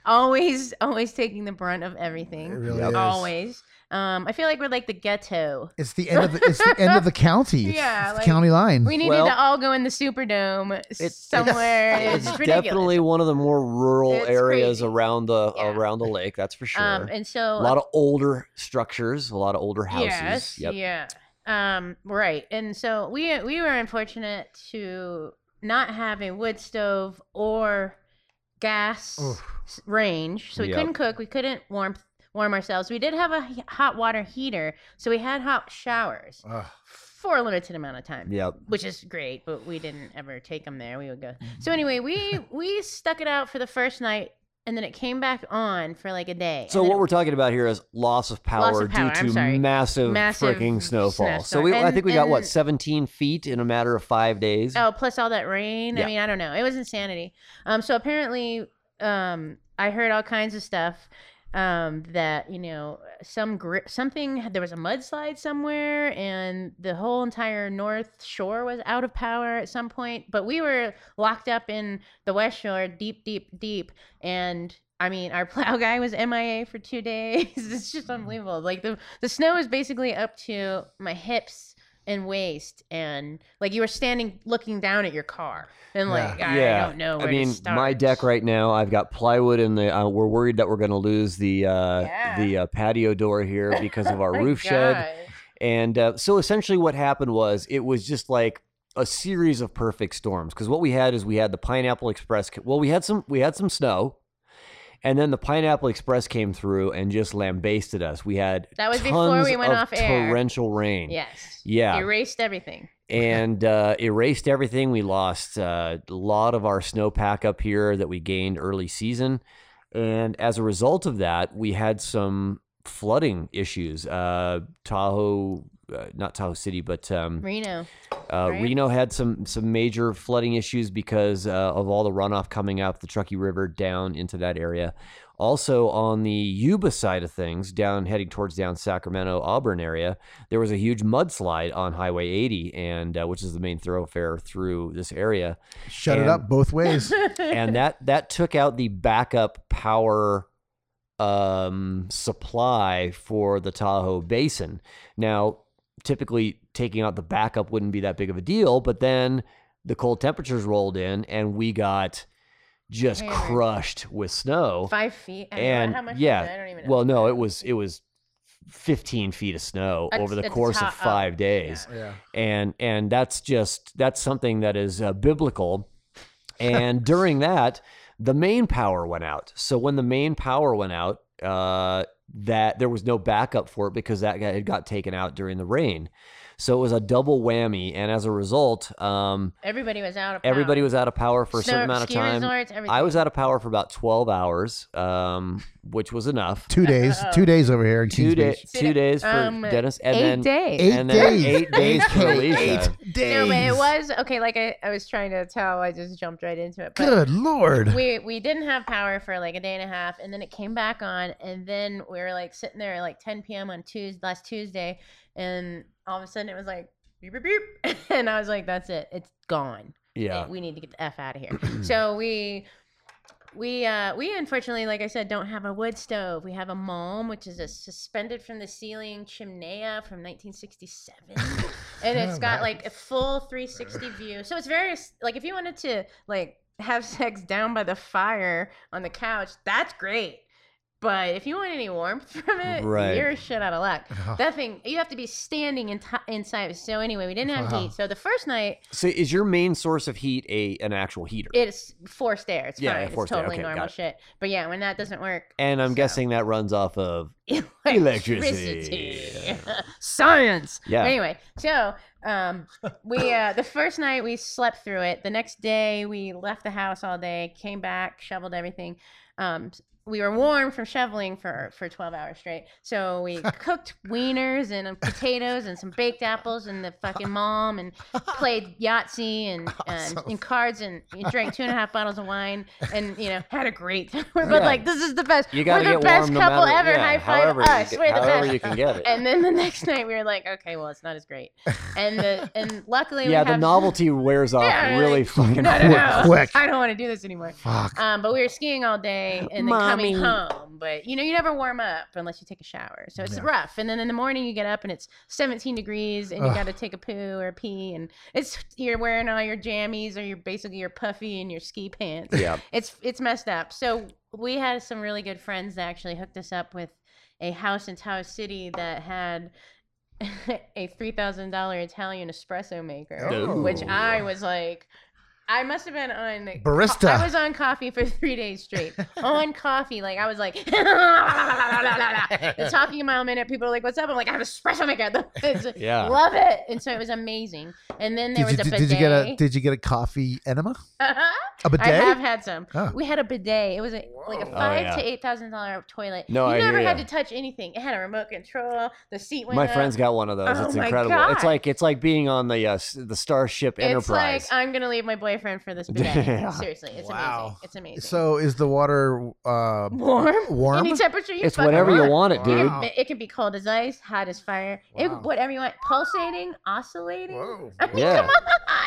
Speaker 3: always always taking the brunt of
Speaker 4: It
Speaker 3: everything.
Speaker 4: really
Speaker 2: Yep.
Speaker 4: is.
Speaker 3: Always. Um, I feel like we're like the ghetto.
Speaker 4: It's the end of the, it's the end of the county. It's,
Speaker 3: Yeah,
Speaker 4: it's
Speaker 3: like-
Speaker 4: the county line.
Speaker 3: We needed
Speaker 2: Well-
Speaker 3: to all go in the Superdome
Speaker 2: it's-
Speaker 3: somewhere.
Speaker 2: it's
Speaker 3: It's, ridiculous.
Speaker 2: definitely one of the more rural
Speaker 3: It's
Speaker 2: areas
Speaker 3: crazy.
Speaker 2: around the
Speaker 3: Yeah.
Speaker 2: around the lake. That's for sure.
Speaker 3: um, and so
Speaker 2: a lot of older structures, a lot of older houses.
Speaker 3: Yes.
Speaker 2: Yep.
Speaker 3: Yeah. Um, right. And so we we were unfortunate to not have a wood stove or gas s- range, so we
Speaker 2: Yep.
Speaker 3: couldn't cook. We couldn't warm warm ourselves. We did have a he- hot water heater, so we had hot showers
Speaker 4: Ugh.
Speaker 3: for a limited amount of time
Speaker 2: Yep.
Speaker 3: which is great, but we didn't ever take them there. We would go.
Speaker 2: Mm-hmm.
Speaker 3: So anyway, we we stuck it out for the first night, and then it came back on for like a day.
Speaker 2: So
Speaker 3: and then
Speaker 2: what we're talking about here is loss of power,
Speaker 3: Loss of power, I'm
Speaker 2: due
Speaker 3: sorry.
Speaker 2: to massive,
Speaker 3: Massive
Speaker 2: freaking snowfall. So
Speaker 3: snowstorm.
Speaker 2: we, I
Speaker 3: And-
Speaker 2: think we got what
Speaker 3: and-
Speaker 2: 17 feet in a matter of five days.
Speaker 3: Oh, plus all that rain.
Speaker 2: Yeah.
Speaker 3: I mean, I don't know. It was insanity. Um, so apparently, um, I heard all kinds of stuff. Um, that you know, some gri- something there was a mudslide somewhere, and the whole entire North Shore was out of power at some point. But we were locked up in the West Shore, deep, deep, deep, and. I mean, our plow guy was MIA for two days. It's just unbelievable. Like the the snow is basically up to my hips and waist and like you were standing looking down at your car and like I
Speaker 2: Yeah.
Speaker 3: don't know where
Speaker 2: I
Speaker 3: to
Speaker 2: mean,
Speaker 3: start.
Speaker 2: my deck right now. I've got plywood in the. Uh, we're worried that we're going to lose the uh,
Speaker 3: Yeah.
Speaker 2: the uh, patio door here because of our
Speaker 3: My
Speaker 2: roof shed.
Speaker 3: God.
Speaker 2: And uh, so essentially, what happened was it was just like a series of perfect storms. Because what we had is we had the Pineapple Express. Well, we had some we had some snow, and then the Pineapple Express came through and just lambasted us. We had
Speaker 3: That was before
Speaker 2: tons
Speaker 3: we went
Speaker 2: of
Speaker 3: off air.
Speaker 2: torrential rain.
Speaker 3: Yes.
Speaker 2: Yeah.
Speaker 3: Erased everything.
Speaker 2: and uh, erased everything. We lost uh, a lot of our snowpack up here that we gained early season, and as a result of that, we had some flooding issues. Uh, Tahoe, uh, not Tahoe City, but um,
Speaker 3: Reno.
Speaker 2: uh,
Speaker 3: right?
Speaker 2: Reno had some some major flooding issues because uh, of all the runoff coming out the Truckee River down into that area. Also on the Yuba side of things, down heading towards down Sacramento Auburn area, there was a huge mudslide on Highway 80, and uh, which is the main thoroughfare through this area,
Speaker 4: Shut it
Speaker 2: And-
Speaker 4: up both ways.
Speaker 2: and that that took out the backup power um, supply for the Tahoe Basin. Now, typically taking out the backup wouldn't be that big of a deal, but then the cold temperatures rolled in and we got just
Speaker 3: Hammered.
Speaker 2: crushed with snow.
Speaker 3: Five feet. I don't know.
Speaker 2: And,
Speaker 3: how much was
Speaker 2: yeah,
Speaker 3: it? I don't even know.
Speaker 2: Well, no, it was it was 15 feet of snow
Speaker 3: At-
Speaker 2: over the
Speaker 3: at the
Speaker 2: course of
Speaker 3: top, oh,
Speaker 2: five days,
Speaker 4: yeah.
Speaker 2: and and that's just that's something that is uh, biblical. And during that, the main power went out. So when the main power went out, uh, that there was no backup for it because that guy had got taken out during the rain. So it was a double whammy, and as a result, um,
Speaker 3: Everybody was out of power.
Speaker 2: everybody was out of power for a certain
Speaker 3: Snow-
Speaker 2: amount of
Speaker 3: ski
Speaker 2: time.
Speaker 3: Resorts, everything.
Speaker 2: I was out of power for about twelve hours, um, which was enough.
Speaker 4: Two days, two days over here in
Speaker 2: Two
Speaker 4: Kings
Speaker 2: days,
Speaker 4: Beach.
Speaker 2: two days for
Speaker 3: Um,
Speaker 2: Dennis, and
Speaker 3: eight
Speaker 2: then
Speaker 3: days.
Speaker 4: Eight
Speaker 2: and then
Speaker 4: days.
Speaker 2: eight days for Alicia.
Speaker 4: Eight days.
Speaker 3: No, but it was okay. Like I, I was trying to tell, I just jumped right into it. But
Speaker 4: Good lord.
Speaker 3: we we didn't have power for like a day and a half and then it came back on and then we were like sitting there at like 10 p.m on tuesday last tuesday and all of a sudden it was like beep beep beep and i was like that's it it's gone
Speaker 2: Yeah,
Speaker 3: we need to get the f out of here so we we uh we unfortunately like i said don't have a wood stove we have a malm which is a suspended from the ceiling chimney from 1967 and it's
Speaker 2: Oh,
Speaker 3: got like a full 360 view so it's very s- like if you wanted to like have sex down by the fire on the couch that's great but if you want any warmth from it
Speaker 2: Right.
Speaker 3: you're shit out of luck
Speaker 4: Ugh.
Speaker 3: that thing you have to be standing in t- inside so anyway we didn't have
Speaker 2: Uh-huh.
Speaker 4: Wow.
Speaker 3: heat so the first night
Speaker 2: So is your main source of heat a an actual heater?
Speaker 3: it's forced air. It's
Speaker 2: Yeah, yeah,
Speaker 3: fine.
Speaker 2: forced
Speaker 3: It's
Speaker 2: air.
Speaker 3: totally
Speaker 2: Okay, got
Speaker 3: normal
Speaker 2: it.
Speaker 3: shit. But yeah, when that doesn't work,
Speaker 2: and I'm
Speaker 3: so-
Speaker 2: guessing that runs off of Electricity.
Speaker 3: science.
Speaker 2: Yeah.
Speaker 3: Anyway, so um, we uh, the first night we slept through it. The next day we left the house all day, came back, shoveled everything. Um, we were warm from shoveling for for 12 hours straight. So we cooked wieners and um, potatoes and some baked apples and the fucking mom and played Yahtzee and and,
Speaker 4: Awesome.
Speaker 3: and cards and you drank two and a half bottles of wine and you know had a great time. We're both
Speaker 2: Yeah.
Speaker 3: like, this is the best.
Speaker 2: You
Speaker 3: We're
Speaker 2: gotta
Speaker 3: the
Speaker 2: get
Speaker 3: best
Speaker 2: warm no
Speaker 3: couple
Speaker 2: matter
Speaker 3: ever.
Speaker 2: yeah,
Speaker 3: High five
Speaker 2: however,
Speaker 3: us.
Speaker 2: You,
Speaker 3: We're the
Speaker 2: however
Speaker 3: best.
Speaker 2: you can get it.
Speaker 3: And then the next night we were like, okay, well it's not as great. And the and luckily
Speaker 2: yeah,
Speaker 3: we
Speaker 2: the
Speaker 3: have,
Speaker 2: novelty wears off
Speaker 3: Yeah,
Speaker 2: really
Speaker 3: like,
Speaker 2: fucking
Speaker 3: No, no,
Speaker 2: quick.
Speaker 3: no.
Speaker 4: Quick.
Speaker 3: I don't want to do this anymore.
Speaker 4: Fuck.
Speaker 3: Um, but we were skiing all day and then
Speaker 2: Mommy.
Speaker 3: coming home. But you know, you never warm up unless you take a shower, so it's
Speaker 4: Yeah.
Speaker 3: rough. And then in the morning you get up and it's 17 degrees, and you
Speaker 4: Ugh.
Speaker 3: got to take a poo or a pee, and it's you're wearing all your jammies or you're basically your puffy and your ski pants.
Speaker 2: Yeah.
Speaker 3: It's it's messed up. So we had some really good friends that actually hooked us up with a house in Tao City that had a three thousand dollar Italian espresso maker,
Speaker 4: Oh.
Speaker 3: which I was like, I must have been on
Speaker 4: Barista.
Speaker 3: I was on coffee for three days straight. on coffee, like I was like, the talking a mile a minute. People are like, "What's up?" I'm like, "I have espresso maker." It's-
Speaker 2: Yeah.
Speaker 3: love it. And so it was amazing. And then there
Speaker 4: Did you,
Speaker 3: was a
Speaker 4: did,
Speaker 3: bidet.
Speaker 4: did you get a did you get a coffee enema? A bidet?
Speaker 3: I have had some.
Speaker 4: Oh.
Speaker 3: We had a bidet. It was a, like a
Speaker 2: Oh,
Speaker 3: five
Speaker 2: yeah.
Speaker 3: to eight thousand dollar toilet.
Speaker 2: No,
Speaker 3: you
Speaker 2: I
Speaker 3: never
Speaker 2: hear
Speaker 3: had
Speaker 2: ya.
Speaker 3: to touch anything. It had a remote control. The seat went.
Speaker 2: My
Speaker 3: up.
Speaker 2: friend's got one of those.
Speaker 3: Oh
Speaker 2: it's
Speaker 3: my
Speaker 2: incredible. It's
Speaker 3: God.
Speaker 2: like it's like being on the uh, s- the Starship
Speaker 3: It's like
Speaker 2: Enterprise.
Speaker 3: I'm gonna leave my boyfriend for this bidet.
Speaker 2: Yeah.
Speaker 3: Seriously, it's
Speaker 4: Wow.
Speaker 3: amazing. It's amazing.
Speaker 4: So is the water uh
Speaker 3: warm,
Speaker 4: warm?
Speaker 3: any temperature you
Speaker 2: it's
Speaker 3: fucking
Speaker 2: whatever you
Speaker 3: want.
Speaker 2: want it, dude.
Speaker 4: Wow.
Speaker 3: It, it can be cold as ice, hot as fire. It,
Speaker 4: Wow.
Speaker 3: whatever you want, pulsating, oscillating.
Speaker 4: Whoa.
Speaker 3: I mean,
Speaker 2: Yeah.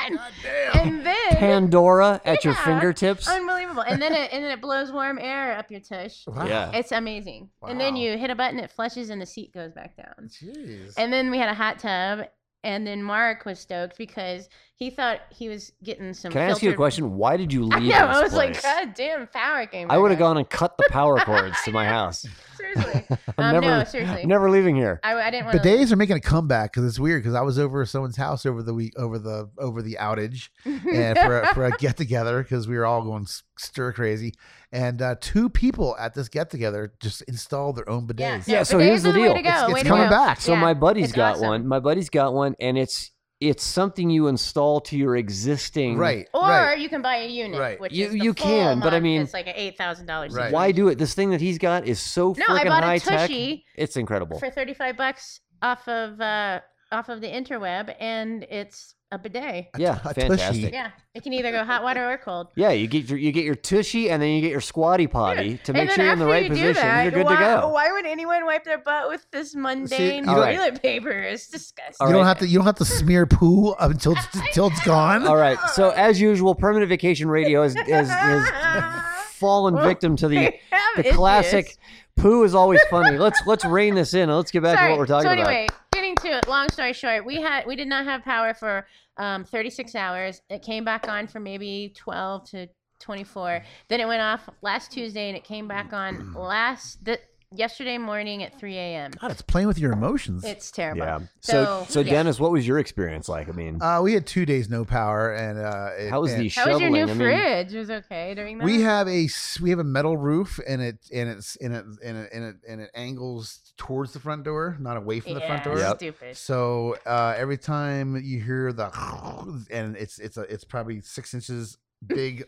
Speaker 3: come on. And then
Speaker 2: Pandora at your
Speaker 3: Yeah.
Speaker 2: fingertips.
Speaker 3: unbelievable. And then it and then it blows warm air up your tush.
Speaker 4: Wow.
Speaker 2: Yeah.
Speaker 3: It's amazing. And then
Speaker 4: Wow.
Speaker 3: you hit a button, it flushes, and the seat goes back down.
Speaker 4: Jeez.
Speaker 3: And then we had a hot tub. And then Mark was stoked because he thought he was getting some.
Speaker 2: Can I ask you a
Speaker 3: filtered-
Speaker 2: question? Why did you leave?
Speaker 3: I know.
Speaker 2: this
Speaker 3: I was like,
Speaker 2: place?
Speaker 3: God damn, power came.
Speaker 2: I
Speaker 3: back
Speaker 2: would have
Speaker 3: on."
Speaker 2: gone and cut the power cords to my house.
Speaker 3: Seriously.
Speaker 2: I'm
Speaker 3: Um,
Speaker 2: never,
Speaker 3: no, seriously.
Speaker 2: never leaving here.
Speaker 3: I, I didn't want to.
Speaker 4: Bidets are making a comeback because it's weird because I was over someone's house over the week over the over the outage and for a, for a get together because we were all going s- stir crazy and uh, two people at this get together just installed their own bidets.
Speaker 2: Yeah, so
Speaker 3: bidets
Speaker 2: here's
Speaker 3: are
Speaker 2: the
Speaker 3: way
Speaker 2: deal.
Speaker 3: to
Speaker 4: It's-
Speaker 3: go,
Speaker 4: it's
Speaker 3: way to
Speaker 4: coming
Speaker 3: go.
Speaker 4: back.
Speaker 2: So
Speaker 3: Yeah,
Speaker 2: my buddy's
Speaker 3: it's
Speaker 2: got
Speaker 3: awesome.
Speaker 2: one. My buddy's got one, and it's it's something you install to your existing.
Speaker 4: Right.
Speaker 3: Or
Speaker 4: right.
Speaker 3: you can buy a unit,
Speaker 4: Right.
Speaker 3: which
Speaker 2: You-
Speaker 3: is the
Speaker 2: you
Speaker 3: full
Speaker 2: can, but I
Speaker 3: month.
Speaker 2: mean-
Speaker 3: it's like an eight thousand dollars.
Speaker 4: Right.
Speaker 2: Why do it? This thing that he's got is so
Speaker 3: No, I
Speaker 2: freaking
Speaker 3: bought
Speaker 2: high
Speaker 3: a
Speaker 2: tech.
Speaker 3: tushy
Speaker 2: It's incredible.
Speaker 3: for thirty five bucks off of uh, off of the interweb, and it's a bidet.
Speaker 2: yeah,
Speaker 4: a tushy.
Speaker 2: fantastic.
Speaker 3: Yeah, it can either go hot water or cold.
Speaker 2: Yeah, you get your you get your tushy, and then you get your squatty potty to
Speaker 3: And
Speaker 2: make
Speaker 3: then
Speaker 2: sure you're in the
Speaker 3: after
Speaker 2: right
Speaker 3: you do
Speaker 2: position.
Speaker 3: that,
Speaker 2: you're good
Speaker 3: why,
Speaker 2: to go.
Speaker 3: Why would anyone wipe their butt with this mundane
Speaker 4: you
Speaker 2: don't-
Speaker 3: toilet paper? It's disgusting.
Speaker 2: All
Speaker 4: you don't
Speaker 2: right.
Speaker 4: have to. You don't have to smear poo until it's- until it's gone.
Speaker 2: All right. So as usual, permanent vacation radio has has, has fallen
Speaker 3: Well,
Speaker 2: victim to the
Speaker 3: I have
Speaker 2: the
Speaker 3: issues.
Speaker 2: classic poo is always funny. Let's let's rein this in. and Let's get back to what we're talking
Speaker 3: so
Speaker 2: about.
Speaker 3: anyway, getting to it. Long story short, we had we did not have power for um, 36 hours. It came back on for maybe 12 to 24. Then it went off last Tuesday, and it came back on last the yesterday morning at 3 a.m.
Speaker 4: God, it's playing with your emotions.
Speaker 3: It's terrible.
Speaker 2: Yeah. So, so,
Speaker 3: So, yeah.
Speaker 2: Dennis, what was your experience like? I mean,
Speaker 4: Uh, we had two days no power, and uh, it-
Speaker 2: how was
Speaker 4: and
Speaker 2: the
Speaker 3: How was your
Speaker 2: shoveling?
Speaker 3: new
Speaker 2: I mean,
Speaker 3: fridge? It was okay during that.
Speaker 4: We have a s- we have a metal roof, and it and it's and it and it and it, and it angles towards the front door, not away from
Speaker 3: yeah,
Speaker 4: the front door.
Speaker 2: Yep.
Speaker 3: Stupid.
Speaker 4: So uh, every time you hear the and it's it's a it's probably six inches big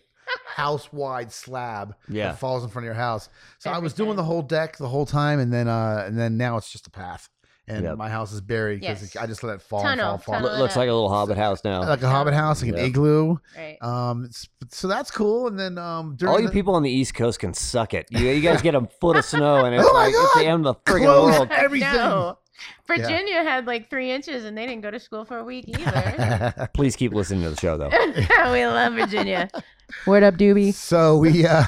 Speaker 4: house wide slab
Speaker 2: Yeah.
Speaker 4: that falls in front of your house. So I
Speaker 3: Every
Speaker 4: was doing
Speaker 3: time.
Speaker 4: the whole deck the whole time and then uh and then now it's just a path. And
Speaker 2: Yep.
Speaker 4: my house is buried because
Speaker 3: Yes.
Speaker 4: I just let it fall
Speaker 3: Tunnel,
Speaker 4: and fall, fall.
Speaker 3: tunnel.
Speaker 2: Lo- looks like a little hobbit house now.
Speaker 4: Like a hobbit house, like an
Speaker 2: Yep.
Speaker 4: igloo.
Speaker 3: Right.
Speaker 4: Um s- so that's cool. And then um during
Speaker 2: All you
Speaker 4: the-
Speaker 2: people on the East Coast can suck it. You, you guys get a foot of snow, and it's
Speaker 4: Oh my
Speaker 2: like it's the
Speaker 4: God!
Speaker 2: end of the friggin'
Speaker 4: Close
Speaker 2: world.
Speaker 4: everything.
Speaker 3: No. Virginia had like three inches and they didn't go to school for a week either.
Speaker 2: Please keep listening to the show, though.
Speaker 3: we love Virginia. Word up, Doobie.
Speaker 4: So we, uh,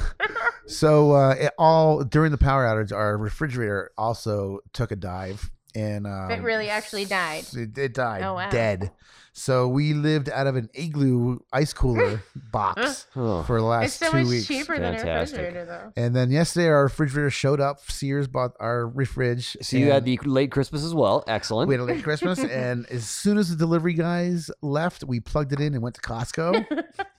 Speaker 4: so uh, it all during the power outage, our refrigerator also took a dive, and um,
Speaker 3: It really actually died.
Speaker 4: It, it died
Speaker 3: Oh, wow.
Speaker 4: dead. So we lived out of an igloo ice cooler box
Speaker 2: Oh,
Speaker 4: for the last
Speaker 3: It's so
Speaker 4: two
Speaker 3: much
Speaker 4: weeks.
Speaker 3: cheaper than a
Speaker 2: Fantastic.
Speaker 3: refrigerator, though.
Speaker 4: And then yesterday, our refrigerator showed up. Sears bought our refridge.
Speaker 2: So you had the
Speaker 4: and
Speaker 2: late Christmas as well. Excellent.
Speaker 4: we had a late Christmas, and as soon as the delivery guys left, we plugged it in and went to Costco.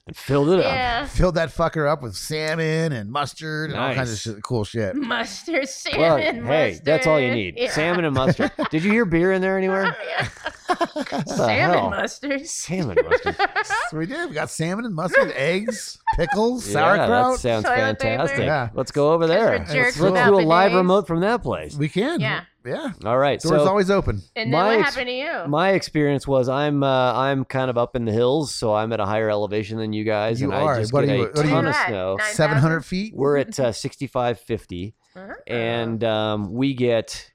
Speaker 2: And filled it up.
Speaker 3: Yeah.
Speaker 4: filled that fucker up with salmon and mustard and all kinds of
Speaker 2: Nice.
Speaker 4: shit, cool shit.
Speaker 3: Mustard, salmon,
Speaker 2: Well,
Speaker 3: mustard.
Speaker 2: hey, that's all you need.
Speaker 3: Yeah.
Speaker 2: Salmon and mustard. Did you hear beer in there anywhere?
Speaker 3: Yeah.
Speaker 2: What the
Speaker 3: Salmon
Speaker 2: hell?
Speaker 3: mustard.
Speaker 2: Salmon mustard.
Speaker 4: So we did. We got salmon and mustard, eggs, pickles,
Speaker 2: Yeah, that
Speaker 4: sauerkraut.
Speaker 2: sounds
Speaker 3: Toilet paper.
Speaker 2: fantastic.
Speaker 4: Yeah.
Speaker 2: Let's go over
Speaker 3: we're
Speaker 2: there.
Speaker 3: jerks
Speaker 2: Let's
Speaker 4: without
Speaker 2: do a live
Speaker 3: bidets.
Speaker 2: remote from that place.
Speaker 4: we can.
Speaker 3: Yeah.
Speaker 4: Yeah.
Speaker 2: All right.
Speaker 4: Doors
Speaker 2: so
Speaker 4: always open.
Speaker 3: And then
Speaker 2: My
Speaker 3: what
Speaker 2: ex-
Speaker 3: happened to you?
Speaker 2: my experience was I'm uh, I'm kind of up in the hills, so I'm at a higher elevation than you guys,
Speaker 4: You
Speaker 2: and
Speaker 4: are.
Speaker 2: I just
Speaker 4: What are
Speaker 2: get
Speaker 4: you-
Speaker 2: a
Speaker 4: what are you-
Speaker 2: ton of
Speaker 3: You're at
Speaker 2: snow.
Speaker 3: 9,000?
Speaker 4: Seven hundred feet.
Speaker 2: We're at uh, 6550,
Speaker 3: Uh-huh.
Speaker 4: Uh.
Speaker 2: and um, we get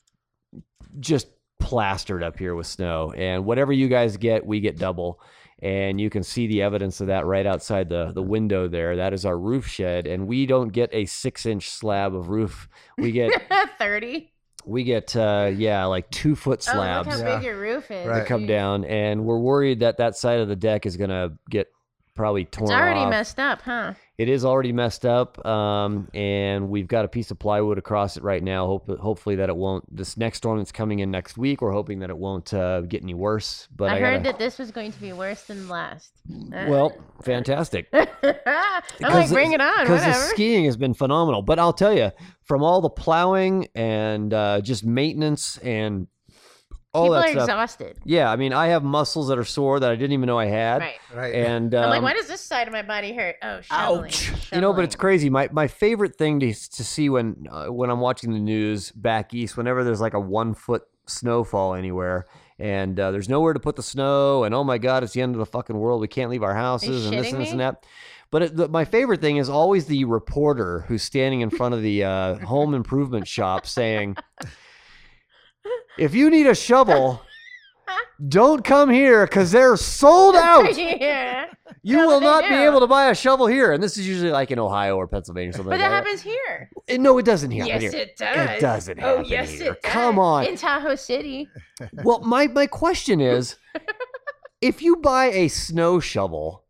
Speaker 2: just plastered up here with snow. And whatever you guys get, we get double. And you can see the evidence of that right outside the, the window there. That is our roof shed, and we don't get a six inch slab of roof. We get
Speaker 3: 30.
Speaker 2: we get uh, yeah like two foot
Speaker 3: Oh, look
Speaker 2: slabs
Speaker 3: how
Speaker 4: Yeah.
Speaker 3: big your roof is.
Speaker 4: Right.
Speaker 2: that come
Speaker 3: Jeez.
Speaker 2: down, and we're worried that that side of the deck is gonna get probably torn
Speaker 3: It's already
Speaker 2: off.
Speaker 3: messed up, huh?
Speaker 2: it is already messed up, um, and we've got a piece of plywood across it right now. Hope, hopefully that it won't. This next storm that's coming in next week, we're hoping that it won't uh, get any worse. But I,
Speaker 3: I,
Speaker 2: gotta,
Speaker 3: heard that this was going to be worse than last. Uh,
Speaker 2: well, fantastic.
Speaker 3: I'm like, bring it on,
Speaker 2: Because the
Speaker 3: whatever.
Speaker 2: skiing has been phenomenal. But I'll tell you, from all the plowing and uh, just maintenance and all
Speaker 3: People
Speaker 2: that
Speaker 3: are
Speaker 2: stuff.
Speaker 3: exhausted.
Speaker 2: Yeah, I mean, I have muscles that are sore that I didn't even know I had.
Speaker 3: Right.
Speaker 4: Right.
Speaker 2: And
Speaker 3: I'm
Speaker 2: um,
Speaker 3: like, why does this side of my body hurt? Oh, shoveling. Ouch.
Speaker 2: you know, but it's crazy. My my favorite thing to to see when uh, when I'm watching the news back east, whenever there's like a one foot snowfall anywhere, and uh, there's nowhere to put the snow, and oh my god, it's the end of the fucking world. We can't leave our houses, and this
Speaker 3: shitting
Speaker 2: and this and
Speaker 3: me?
Speaker 2: that. But it, the, my favorite thing is always the reporter who's standing in front of the uh, home improvement shop saying, "If you need a shovel." Don't come here because they're sold out.
Speaker 3: yeah.
Speaker 2: You
Speaker 3: Yeah,
Speaker 2: will
Speaker 3: they
Speaker 2: not be
Speaker 3: do.
Speaker 2: able to buy a shovel here. And this is usually like in Ohio or Pennsylvania or something
Speaker 3: But
Speaker 2: like
Speaker 3: that happens here.
Speaker 2: that. No, it doesn't happen
Speaker 3: yes,
Speaker 2: here.
Speaker 3: it does.
Speaker 2: It doesn't
Speaker 3: Oh,
Speaker 2: happen
Speaker 3: yes,
Speaker 2: here.
Speaker 3: it does.
Speaker 2: Come on.
Speaker 3: In Tahoe City.
Speaker 2: Well, my, my question is if you buy a snow shovel,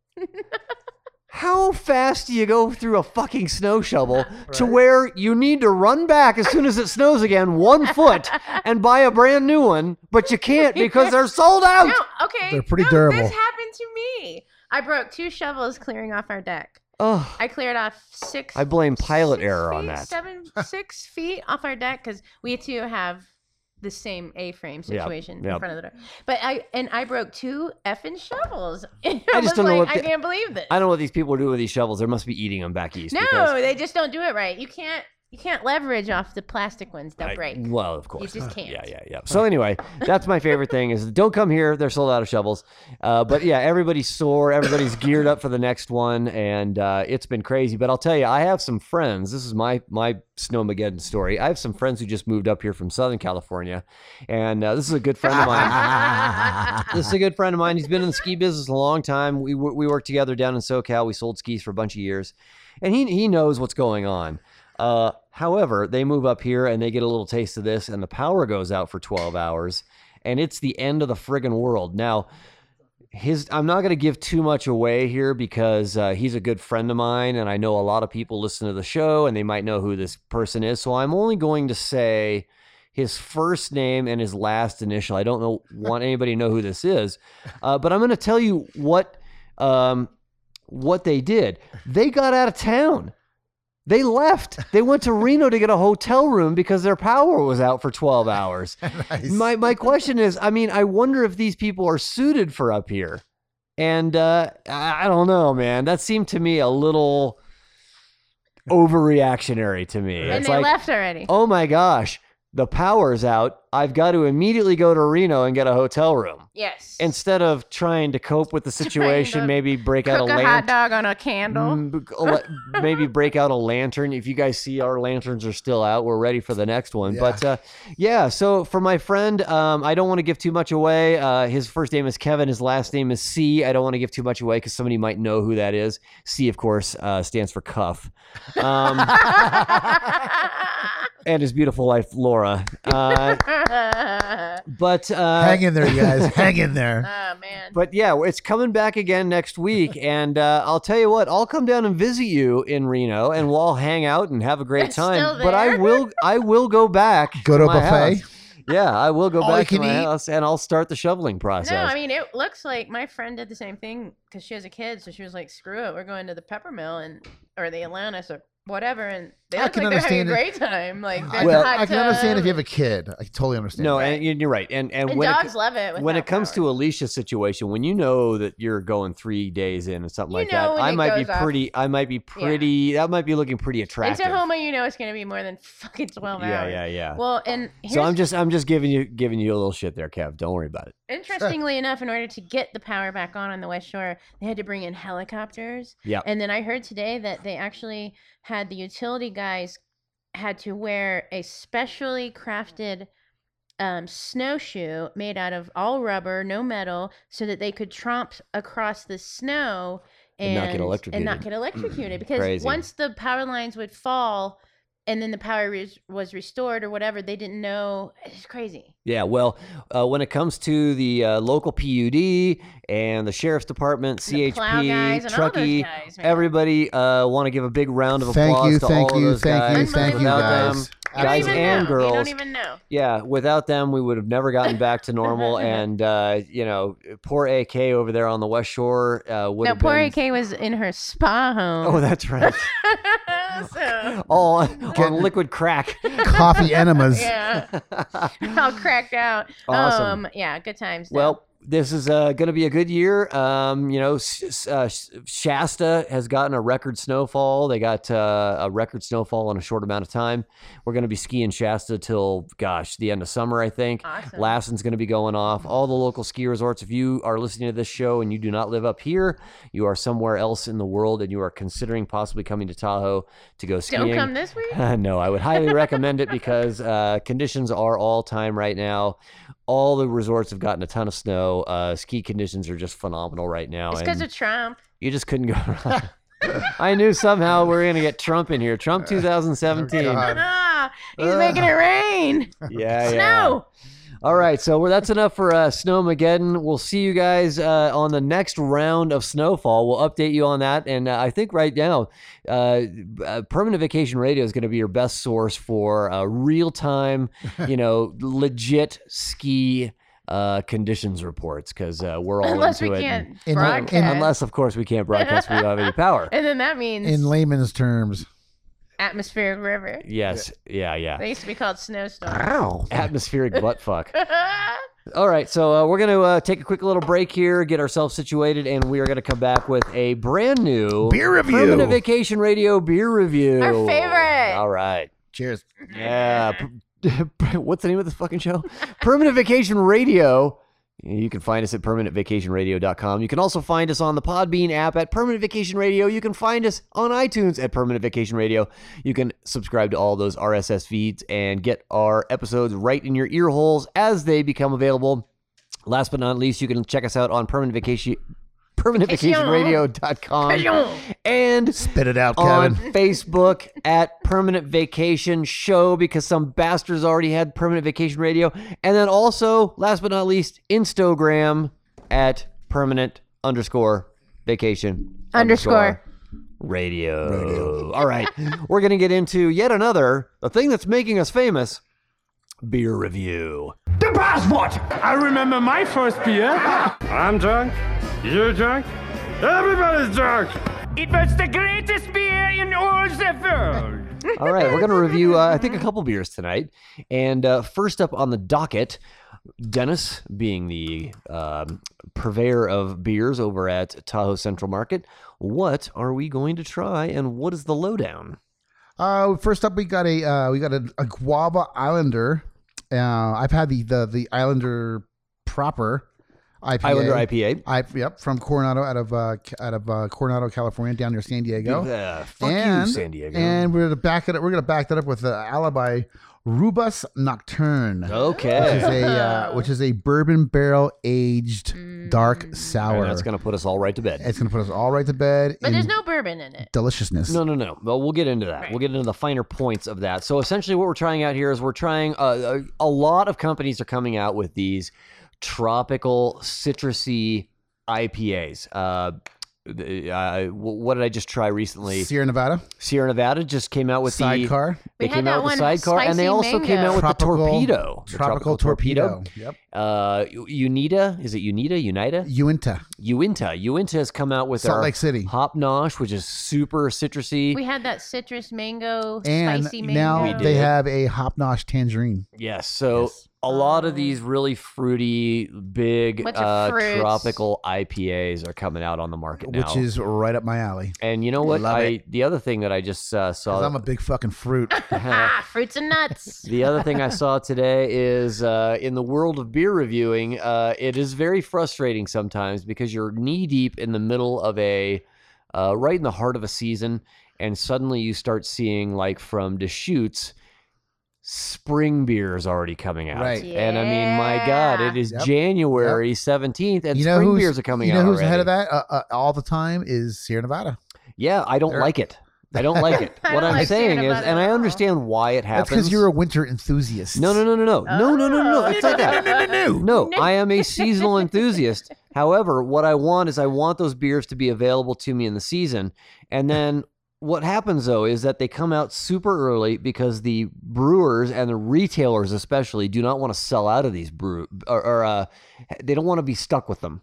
Speaker 2: how fast do you go through a fucking snow shovel to where you need to run back as soon as it snows again, one foot, and buy a brand new one, but you can't because they're sold out?
Speaker 3: No, okay.
Speaker 4: Oh, They're pretty
Speaker 3: no,
Speaker 4: durable.
Speaker 3: This happened to me. I broke two shovels clearing off our deck.
Speaker 2: Ugh,
Speaker 3: I cleared off six.
Speaker 2: I blame pilot
Speaker 3: six
Speaker 2: error on
Speaker 3: feet,
Speaker 2: that.
Speaker 3: Seven, six feet off our deck because we too have the same A-frame
Speaker 2: Yep,
Speaker 3: situation
Speaker 2: yep.
Speaker 3: in front of the door. But I and I broke two effing shovels. I,
Speaker 2: I just
Speaker 3: was
Speaker 2: don't know
Speaker 3: like,
Speaker 2: what
Speaker 3: I
Speaker 2: the-
Speaker 3: can't believe this.
Speaker 2: I don't know what these people are doing with these shovels. They must be eating them back east. because-
Speaker 3: no, they just don't do it right. You can't. You can't leverage off the plastic ones that
Speaker 2: I-
Speaker 3: break.
Speaker 2: Well, of course.
Speaker 3: just
Speaker 2: not.
Speaker 3: can't.
Speaker 2: Yeah, yeah, yeah. So anyway, that's my favorite thing is don't come here. They're sold out of shovels. Uh, but yeah, everybody's sore. Everybody's geared up for the next one, and uh, it's been crazy. But I'll tell you, I have some friends. This is my my snowmageddon story. I have some friends who just moved up here from Southern California, and uh, this is a good friend of mine. This is a good friend of mine. He's been in the ski business a long time. We wor- we worked together down in SoCal. We sold skis for a bunch of years, and he he knows what's going on. Uh, however, they move up here and they get a little taste of this, and the power goes out for 12 hours, and it's the end of the friggin' world. Now, his i'm not going to give too much away here because uh, he's a good friend of mine and i know a lot of people listen to the show and they might know who this person is so i'm only going to say his first name and his last initial i don't know want anybody to know who this is uh, but i'm going to tell you what um, what they did they got out of town they left they went to reno to get a hotel room because their power was out for 12 hours
Speaker 4: nice.
Speaker 2: my my question is, I mean, I wonder if these people are suited for up here, and uh, I I don't know, man. That seemed to me a little overreactionary to me.
Speaker 3: and
Speaker 2: it's
Speaker 3: they
Speaker 2: like,
Speaker 3: left already.
Speaker 2: oh my gosh, the power's out. I've got to immediately go to Reno and get a hotel room
Speaker 3: yes.
Speaker 2: instead of trying to cope with the situation.
Speaker 3: to
Speaker 2: Maybe break out
Speaker 3: cook
Speaker 2: a
Speaker 3: a hot
Speaker 2: lantern.
Speaker 3: dog on a candle.
Speaker 2: Mm, b- a la- maybe break out a lantern. If you guys see our lanterns are still out, we're ready for the next one. But uh, yeah, so for my friend, um, I don't want to give too much away. Uh, his first name is Kevin. His last name is C. I don't want to give too much away because somebody might know who that is. C, of course, uh, stands for cuff. Um, and his beautiful wife, Laura. Uh,
Speaker 3: oh
Speaker 2: but uh,
Speaker 4: Hang in there, you guys. Hang in
Speaker 3: Uh,
Speaker 4: there.
Speaker 3: man.
Speaker 2: But yeah, it's coming back again next week, and uh, I'll tell you what, I'll come down and visit you in Reno, and we'll all hang out and have a great
Speaker 3: It's
Speaker 2: time.
Speaker 3: still
Speaker 2: But I
Speaker 3: there?
Speaker 2: will, I will go back.
Speaker 4: Go to a
Speaker 2: my
Speaker 4: buffet?
Speaker 2: house. Yeah, I will go
Speaker 4: All you
Speaker 2: back to
Speaker 4: can
Speaker 2: my
Speaker 4: eat?
Speaker 2: house, and I'll start the shoveling process.
Speaker 3: No, I mean it looks like my friend did the same thing because she has a kid, so she was like, "Screw it, we're going to the Peppermill and or the Atlantis or whatever." And they
Speaker 4: I
Speaker 3: look
Speaker 4: can
Speaker 3: like they're having a
Speaker 4: understand it.
Speaker 3: great time. Like,
Speaker 4: I,
Speaker 3: there's
Speaker 2: Well-
Speaker 3: a hot
Speaker 4: I can understand if
Speaker 3: tub,
Speaker 4: you have a kid. I totally understand.
Speaker 2: no,
Speaker 4: that.
Speaker 2: and you- you're right. And and,
Speaker 3: and
Speaker 2: when
Speaker 3: dogs
Speaker 2: it,
Speaker 3: love it.
Speaker 2: when it
Speaker 3: without
Speaker 2: comes
Speaker 3: power.
Speaker 2: to Alicia's situation, when you know that you're going three days in or something
Speaker 3: You
Speaker 2: like that,
Speaker 3: know when
Speaker 2: I
Speaker 3: it
Speaker 2: might be
Speaker 3: goes off.
Speaker 2: pretty. I might be pretty. That might be looking pretty
Speaker 3: in
Speaker 2: attractive.
Speaker 3: Tahoma, you know it's going to be more than fucking twelve
Speaker 2: yeah,
Speaker 3: hours.
Speaker 2: yeah, yeah.
Speaker 3: Well, and here's,
Speaker 2: so I'm just I'm just giving you giving you a little shit there, Kev. Don't worry about it.
Speaker 3: interestingly enough, in order to get the power back on on the West Shore, they had to bring in helicopters.
Speaker 2: Yeah.
Speaker 3: And then I heard today that they actually had the utility guys had to wear a specially crafted um, snowshoe made out of all rubber, no metal, so that they could tromp across the snow
Speaker 2: And
Speaker 3: and,
Speaker 2: not get
Speaker 3: and not
Speaker 2: electrocuted.
Speaker 3: get electrocuted because
Speaker 2: Crazy.
Speaker 3: once the power lines would fall and then the power res- was restored or whatever, they didn't know. It's crazy.
Speaker 2: Yeah, well, uh, when it comes to the uh, local PUD and the sheriff's department,
Speaker 3: The
Speaker 2: CHP,
Speaker 3: plow guys and all those
Speaker 2: Truckee,
Speaker 3: guys, man.
Speaker 2: everybody uh, want to give a big round of
Speaker 4: Thank
Speaker 2: applause
Speaker 4: you,
Speaker 2: to
Speaker 4: thank
Speaker 2: all
Speaker 4: you,
Speaker 2: of those
Speaker 4: thank you,
Speaker 2: guys.
Speaker 4: thank you,
Speaker 2: Without
Speaker 4: guys.
Speaker 2: them,
Speaker 3: You don't
Speaker 2: guys
Speaker 3: even
Speaker 2: and
Speaker 3: know. You
Speaker 2: girls.
Speaker 3: don't even know.
Speaker 2: yeah, without them, we would have never gotten back to normal. and uh, you know, poor AK over there on the West Shore uh, would
Speaker 3: No,
Speaker 2: have
Speaker 3: poor
Speaker 2: been.
Speaker 3: AK was in her spa home.
Speaker 2: Oh, that's right.
Speaker 3: so,
Speaker 2: all on, on liquid crack.
Speaker 4: Coffee enemas.
Speaker 3: yeah, all cracked out.
Speaker 2: Awesome.
Speaker 3: Um, yeah, good times. though.
Speaker 2: Well, this is uh, going to be a good year. Um, you know, S- S- uh, Sh- Shasta has gotten a record snowfall. They got uh, a record snowfall in a short amount of time. We're going to be skiing Shasta till, gosh, the end of summer, I think.
Speaker 3: Awesome.
Speaker 2: Lassen's going to be going off. All the local ski resorts, if you are listening to this show and you do not live up here, you are somewhere else in the world and you are considering possibly coming to Tahoe to go skiing.
Speaker 3: don't come this week.
Speaker 2: no, I would highly recommend it because uh, conditions are all time right now. All the resorts have gotten a ton of snow. Uh, ski conditions are just phenomenal right now.
Speaker 3: It's because
Speaker 2: and
Speaker 3: of Trump.
Speaker 2: you just couldn't go wrong. I knew somehow we were going to get Trump in here. Trump 2017.
Speaker 4: Oh, God.
Speaker 3: Ah, he's
Speaker 2: uh,
Speaker 3: making it rain.
Speaker 2: yeah, yeah.
Speaker 3: Snow.
Speaker 2: All right, so we're, that's enough for uh, Snowmageddon. We'll see you guys uh, on the next round of snowfall. We'll update you on that, and uh, I think right now, uh, uh, Permanent Vacation Radio is going to be your best source for uh, real time, you know, legit ski uh, conditions reports because uh, we're all
Speaker 3: Unless we
Speaker 2: into it. and-
Speaker 3: can't
Speaker 4: in-
Speaker 3: broadcast.
Speaker 2: Unless, of course, we can't broadcast. We don't have any power.
Speaker 3: and then that means
Speaker 4: In layman's terms.
Speaker 3: atmospheric river.
Speaker 2: Yes, yeah, yeah.
Speaker 3: They used to be called snowstorm.
Speaker 4: Wow.
Speaker 2: Atmospheric butt fuck. All right, so uh, we're going to uh, take a quick little break here, get ourselves situated, and we are going to come back with a brand new
Speaker 4: Beer review.
Speaker 2: Permanent Vacation Radio beer review.
Speaker 3: Our favorite.
Speaker 2: All right.
Speaker 4: Cheers.
Speaker 2: Yeah. Per- What's the name of this fucking show? Permanent Vacation Radio. You can find us at permanentvacationradio.com. You can also find us on the Podbean app at Permanent Vacation Radio. You can find us on iTunes at Permanent Vacation Radio. You can subscribe to all those RSS feeds and get our episodes right in your ear holes as they become available. Last but not least, you can check us out on Permanent Vacation permanentvacationradio.com and
Speaker 4: Spit it out,
Speaker 2: on
Speaker 4: Kevin.
Speaker 2: Facebook at Permanent Vacation Show because some bastards already had Permanent Vacation Radio. And then also, last but not least, Instagram at permanent underscore vacation
Speaker 3: Underscore.
Speaker 2: radio. All right, we're gonna get into yet another the thing that's making us famous. Beer review.
Speaker 7: I remember my first beer. I'm drunk. You're drunk. Everybody's drunk. It was the greatest beer in all the world.
Speaker 2: All right, we're gonna review uh, I think a couple beers tonight, and uh, first up on the docket, Dennis, being the um, purveyor of beers over at Tahoe Central Market, what are we going to try, and what is the lowdown?
Speaker 4: Uh, first up, we got a uh, we got a, a guava islander. Uh, I've had the the, the islander proper IPA.
Speaker 2: Islander IPA.
Speaker 4: I, yep, from Coronado, out of uh, Ca- out of uh, Coronado, California, down near San Diego.
Speaker 2: Uh, fuck
Speaker 4: and,
Speaker 2: you, San Diego.
Speaker 4: And we're gonna back it. Up, we're gonna back that up with the Alibi Rubus Nocturne,
Speaker 2: Oh,
Speaker 4: which is
Speaker 2: okay.
Speaker 4: a uh, which is a bourbon barrel aged
Speaker 3: Mm.
Speaker 4: dark
Speaker 2: All
Speaker 4: sour.
Speaker 2: right, that's gonna put us all right to bed.
Speaker 4: it's gonna put us all right to bed.
Speaker 3: But
Speaker 4: in
Speaker 3: there's no bourbon in it.
Speaker 4: deliciousness.
Speaker 2: No, no, no. Well, we'll get into that. We'll
Speaker 3: Right.
Speaker 2: get into the finer points of that. So essentially, what we're trying out here is we're trying. Uh, a, a lot of companies are coming out with these tropical, citrusy IPAs. Uh, the- uh, wh- what did I just try recently?
Speaker 4: Sierra Nevada
Speaker 2: Sierra Nevada just came out with
Speaker 4: sidecar
Speaker 2: the. They
Speaker 3: We had
Speaker 2: came
Speaker 3: that
Speaker 2: out with the
Speaker 3: one with
Speaker 2: sidecar, and they
Speaker 3: spicy
Speaker 2: also came
Speaker 3: mango.
Speaker 2: out with the
Speaker 4: Tropical-
Speaker 2: torpedo. The
Speaker 4: tropical, torpedo. Yep.
Speaker 2: Uh, Unita is it Unita? Unita?
Speaker 4: Uinta,
Speaker 2: Uinta. Uinta has come out with
Speaker 4: Salt
Speaker 2: our
Speaker 4: Lake City.
Speaker 2: Hop Nosh, which is super citrusy.
Speaker 3: We had that citrus mango,
Speaker 4: And
Speaker 3: spicy mango.
Speaker 4: now
Speaker 2: We
Speaker 4: they
Speaker 2: did.
Speaker 4: have a hopnosh tangerine.
Speaker 2: Yes. So
Speaker 6: Yes.
Speaker 2: a lot of these really fruity, big
Speaker 3: Um. Bunch of
Speaker 2: uh,
Speaker 3: fruits.
Speaker 2: tropical IPAs are coming out on the market now.
Speaker 4: Which is right up my alley.
Speaker 2: and you know what?
Speaker 4: Love
Speaker 2: I the other thing that I just uh,
Speaker 4: 'Cause
Speaker 2: saw.
Speaker 4: I'm a big fucking fruit.
Speaker 3: ah, fruits and nuts.
Speaker 2: the other thing I saw today is uh, in the world of beer reviewing, uh, it is very frustrating sometimes because you're knee deep in the middle of a, uh, right in the heart of a season, and suddenly you start seeing like from Deschutes, spring beer is already coming out.
Speaker 4: Right.
Speaker 2: And I mean, my God, it is
Speaker 4: Yep.
Speaker 2: January 17th, and spring
Speaker 4: who's-
Speaker 2: beers are coming
Speaker 4: you know
Speaker 2: out.
Speaker 4: who's ahead of
Speaker 2: already.
Speaker 4: that uh, uh, all the time is Sierra Nevada.
Speaker 2: Yeah, I don't
Speaker 4: They're-
Speaker 2: like it. I don't like it.
Speaker 3: I
Speaker 2: what
Speaker 3: don't
Speaker 2: I'm
Speaker 3: like hearing
Speaker 2: saying is,
Speaker 3: about it
Speaker 2: and
Speaker 3: at
Speaker 2: I
Speaker 3: all.
Speaker 2: understand why it
Speaker 4: That's
Speaker 2: happens.
Speaker 4: because you're a winter enthusiast.
Speaker 2: No, no, no, no, no, no, no, no, no, no.
Speaker 3: Oh.
Speaker 2: It's like that.
Speaker 3: No, no, no,
Speaker 2: No, I am a seasonal enthusiast. However, what I want is I want those beers to be available to me in the season. And then what happens though is that they come out super early because the brewers and the retailers especially do not want to sell out of these brew or, or uh, they don't want to be stuck with them.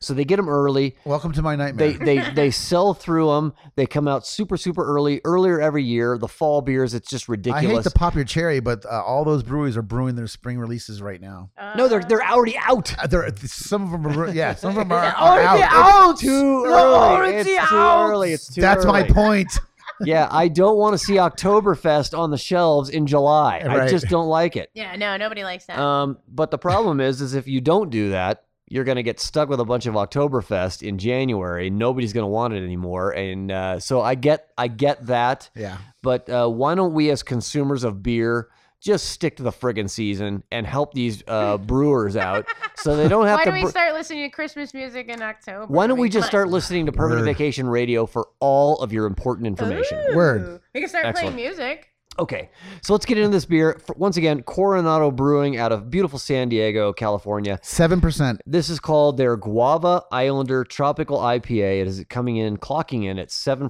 Speaker 2: So they get them early.
Speaker 4: Welcome to my nightmare.
Speaker 2: They, they they sell through them. They come out super super early, earlier every year. The fall beers, it's just
Speaker 4: I
Speaker 2: ridiculous.
Speaker 4: hate to pop your cherry, but uh, all those breweries are brewing their spring releases right now.
Speaker 2: no, they're they're already out.
Speaker 4: Uh, there, some of them are, yeah, some of them are,
Speaker 2: They're
Speaker 4: are
Speaker 2: already
Speaker 4: out.
Speaker 2: It's too early. It's too early. It's too
Speaker 4: That's my
Speaker 2: early.
Speaker 4: point.
Speaker 2: Yeah, I don't want to see Oktoberfest on the shelves in July. I
Speaker 4: Right.
Speaker 2: just don't like it.
Speaker 3: Yeah, no, nobody likes that.
Speaker 2: Um, but the problem is, is if you don't do that, you're going to get stuck with a bunch of Oktoberfest in January. Nobody's going to want it anymore. And uh, so I get, I get that.
Speaker 4: Yeah,
Speaker 2: But uh, why don't we, as consumers of beer, just stick to the friggin' season and help these uh, brewers out so they don't have
Speaker 3: Why
Speaker 2: to.
Speaker 3: do we
Speaker 2: br-
Speaker 3: start listening to Christmas music in October?
Speaker 2: why don't
Speaker 3: I
Speaker 2: we
Speaker 3: mean,
Speaker 2: just
Speaker 3: come on.
Speaker 2: start listening to Permanent
Speaker 4: Word.
Speaker 2: Vacation Radio for all of your important information?
Speaker 3: Ooh.
Speaker 4: Word.
Speaker 3: We can start
Speaker 2: Excellent.
Speaker 3: playing music.
Speaker 2: Okay, so let's get into this beer. F- Once again, Coronado Brewing out of beautiful San Diego, California.
Speaker 4: seven percent.
Speaker 2: This is called their Guava Islander Tropical IPA. It is coming in, clocking in at 7%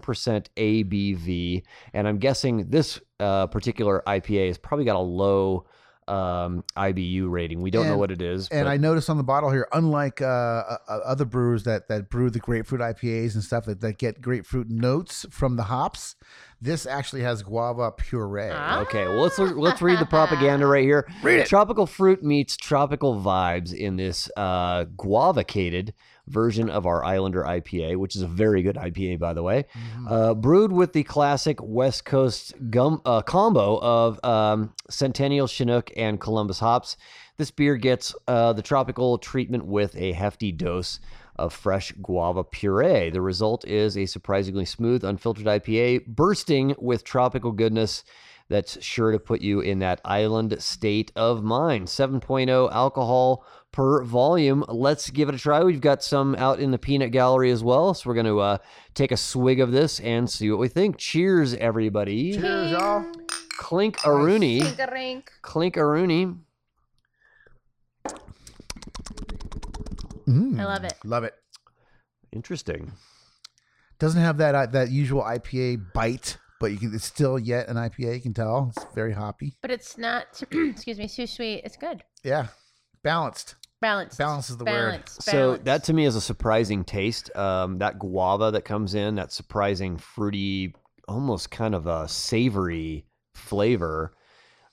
Speaker 2: ABV. And I'm guessing this uh, particular IPA has probably got a low um, IBU rating. We don't know
Speaker 4: And-
Speaker 2: what it is.
Speaker 4: And
Speaker 2: but-
Speaker 4: I noticed on the bottle here, unlike uh, uh, uh, other brewers that that brew the grapefruit IPAs and stuff that, that get grapefruit notes from the hops, this actually has guava puree.
Speaker 3: Ah.
Speaker 2: Okay, well let's let's read the propaganda right here. Uh-huh. Read it. Tropical fruit meets tropical vibes in this uh, guavacated version of our Islander IPA, which is a very good IPA by the way. Uh, brewed with the classic West Coast gum uh, combo of um, Centennial Chinook and Columbus hops, this beer gets uh, the tropical treatment with a hefty dose of fresh guava puree. The result is a surprisingly smooth, unfiltered IPA bursting with tropical goodness that's sure to put you in that island state of mind. 7.0 alcohol per volume. Let's give it a try. We've got some out in the peanut gallery as well. So we're going to uh, take a swig of this and see what we think. Cheers, everybody.
Speaker 4: Cheers, y'all.
Speaker 2: Clink Aruni.
Speaker 3: Tinkerink.
Speaker 2: Clink Aruni.
Speaker 4: Mm.
Speaker 3: I love it.
Speaker 4: Love it.
Speaker 2: Interesting.
Speaker 4: Doesn't have that uh, that usual IPA bite, but you can. It's still yet an IPA. You can tell it's very hoppy.
Speaker 3: But it's not, excuse me, too sweet. It's good.
Speaker 4: Yeah, balanced.
Speaker 3: Balanced.
Speaker 4: Balance is the word.
Speaker 3: Balance.
Speaker 2: So that to me is a surprising taste. Um, that guava that comes in, that surprising fruity, almost kind of a savory flavor,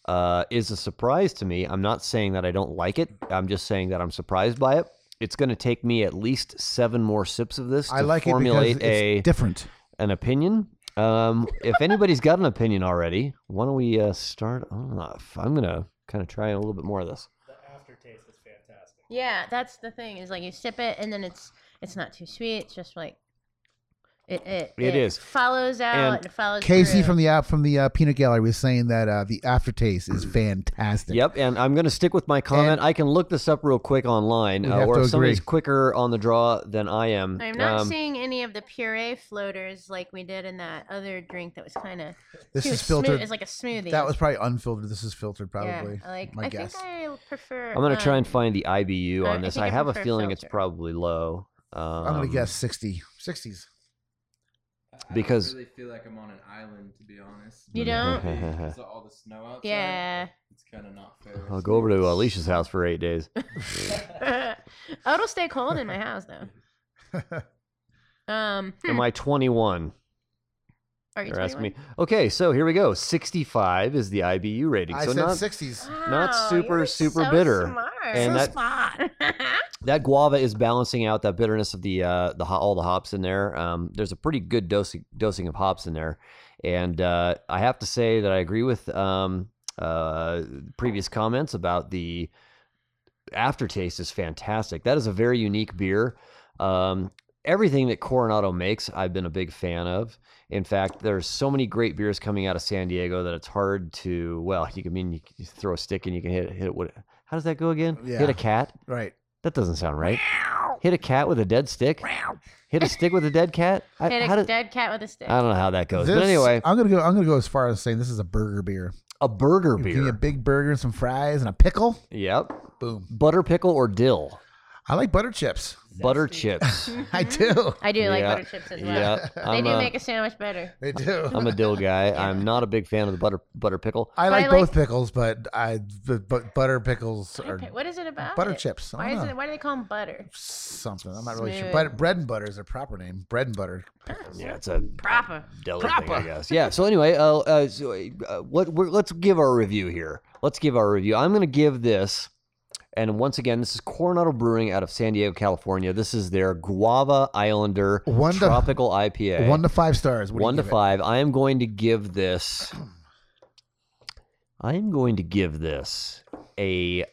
Speaker 2: uh, is a surprise to me. I'm not saying that I don't like it. I'm just saying that I'm surprised by it. It's going to take me at least seven more sips of this to
Speaker 4: I like it because
Speaker 2: formulate
Speaker 4: it's
Speaker 2: a
Speaker 4: different.
Speaker 2: an opinion. Um, if anybody's got an opinion already, why don't we uh, start off? I'm gonna kind of try a little bit more of this.
Speaker 6: The aftertaste is fantastic.
Speaker 3: Yeah, that's the thing. Is like you sip it, and then it's it's not too sweet. It's just like it it
Speaker 2: It is.
Speaker 3: follows out
Speaker 2: And
Speaker 3: and, it follows.
Speaker 4: Casey
Speaker 3: through.
Speaker 4: from the app from the uh, Peanut Gallery was saying that uh, the aftertaste is fantastic.
Speaker 2: Yep, and I'm going to stick with my comment. I can look this up real quick online,
Speaker 4: We
Speaker 2: uh,
Speaker 4: have
Speaker 2: or
Speaker 4: to
Speaker 2: if somebody's
Speaker 4: agree.
Speaker 2: quicker on the draw than I am.
Speaker 3: I'm not
Speaker 2: um,
Speaker 3: seeing any of the puree floaters like we did in that other drink that was kind of
Speaker 4: This is
Speaker 3: Smooth,
Speaker 4: filtered.
Speaker 3: it's like a smoothie.
Speaker 4: That was probably unfiltered. This is filtered, probably.
Speaker 3: Yeah, I like
Speaker 4: my
Speaker 3: I
Speaker 4: guess.
Speaker 3: think I prefer.
Speaker 2: I'm going to try and
Speaker 3: um,
Speaker 2: find the IBU
Speaker 3: I-
Speaker 2: on
Speaker 3: I
Speaker 2: this.
Speaker 3: think
Speaker 2: I,
Speaker 3: I
Speaker 2: have a
Speaker 3: prefer
Speaker 2: feeling it's
Speaker 3: filter.
Speaker 2: probably low. Um,
Speaker 4: I'm gonna guess 60, 60s.
Speaker 5: I- I
Speaker 2: Because-
Speaker 5: I really feel like I'm on an island, to be honest.
Speaker 3: You
Speaker 5: Maybe
Speaker 3: don't?
Speaker 5: Because of all the snow outside.
Speaker 3: Yeah.
Speaker 5: It's kind of not fair.
Speaker 2: I'll go over to Alicia's house for eight days.
Speaker 3: oh, it'll stay cold in my house though. Um, hmm,
Speaker 2: Am I 21?
Speaker 3: are you
Speaker 2: They're asking
Speaker 3: 21?
Speaker 2: me. Okay, so here we go. 65 is the IBU rating.
Speaker 4: I
Speaker 2: so
Speaker 4: said
Speaker 2: not
Speaker 4: 60s.
Speaker 2: not
Speaker 3: Wow,
Speaker 2: super,
Speaker 3: you're
Speaker 2: super
Speaker 3: so
Speaker 2: bitter.
Speaker 3: Smart.
Speaker 2: And
Speaker 3: so
Speaker 2: that-
Speaker 3: smart.
Speaker 2: that guava is balancing out that bitterness of the uh, the ho- all the hops in there. Um, there's a pretty good dosing dosing of hops in there, and uh, I have to say that I agree with um, uh, previous comments about the aftertaste is fantastic. That is a very unique beer. Um, everything that Coronado makes, I've been a big fan of. In fact, there's so many great beers coming out of San Diego that it's hard to. Well, you can I mean you can throw a stick and you can hit hit it. What? How does that go again? Hit
Speaker 4: Yeah.
Speaker 2: a cat.
Speaker 4: Right.
Speaker 2: That doesn't sound right. Hit a cat with a dead stick. Hit a stick with a dead cat. I,
Speaker 3: Hit
Speaker 2: how
Speaker 3: a
Speaker 2: did-
Speaker 3: dead cat with a stick.
Speaker 2: I don't know how that goes. but
Speaker 4: This-
Speaker 2: anyway,
Speaker 4: I'm gonna go. I'm gonna go as far as saying this is a burger beer.
Speaker 2: a burger
Speaker 4: You Give me a
Speaker 2: beer.
Speaker 4: big burger and some fries and a pickle.
Speaker 2: Yep.
Speaker 4: Boom.
Speaker 2: Butter pickle or dill.
Speaker 4: I like butter chips.
Speaker 2: Butter chips.
Speaker 4: I do.
Speaker 3: I do like
Speaker 2: Yeah.
Speaker 3: butter chips as well.
Speaker 2: yeah.
Speaker 3: They
Speaker 2: I'm
Speaker 3: do
Speaker 2: a,
Speaker 3: make a sandwich better.
Speaker 4: They do.
Speaker 2: I'm a dill guy. I'm not a big fan of the butter butter pickle.
Speaker 4: I like
Speaker 3: I
Speaker 4: both
Speaker 3: like-
Speaker 4: pickles, but I but, but butter pickles are
Speaker 3: Okay, What is it about?
Speaker 4: butter
Speaker 3: it?
Speaker 4: chips. I
Speaker 3: Why
Speaker 4: don't
Speaker 3: is
Speaker 4: know.
Speaker 3: it? Why do they call them butter?
Speaker 4: something. I'm not really sure.
Speaker 3: Smooth.
Speaker 4: But bread and butter is their proper name. Bread and butter.
Speaker 2: Yeah, it's a
Speaker 3: Proper.
Speaker 2: deli thing, I guess. Yeah. So anyway, uh, uh, so, uh, what we're, let's give our review here. Let's give our review. I'm going to give this, and once again, this is Coronado Brewing out of San Diego, California. This is their Guava Islander
Speaker 4: One to-
Speaker 2: Tropical IPA.
Speaker 4: One to five stars. What do you
Speaker 2: One to
Speaker 4: give it?
Speaker 2: five. I am going to give this. I am going to give this a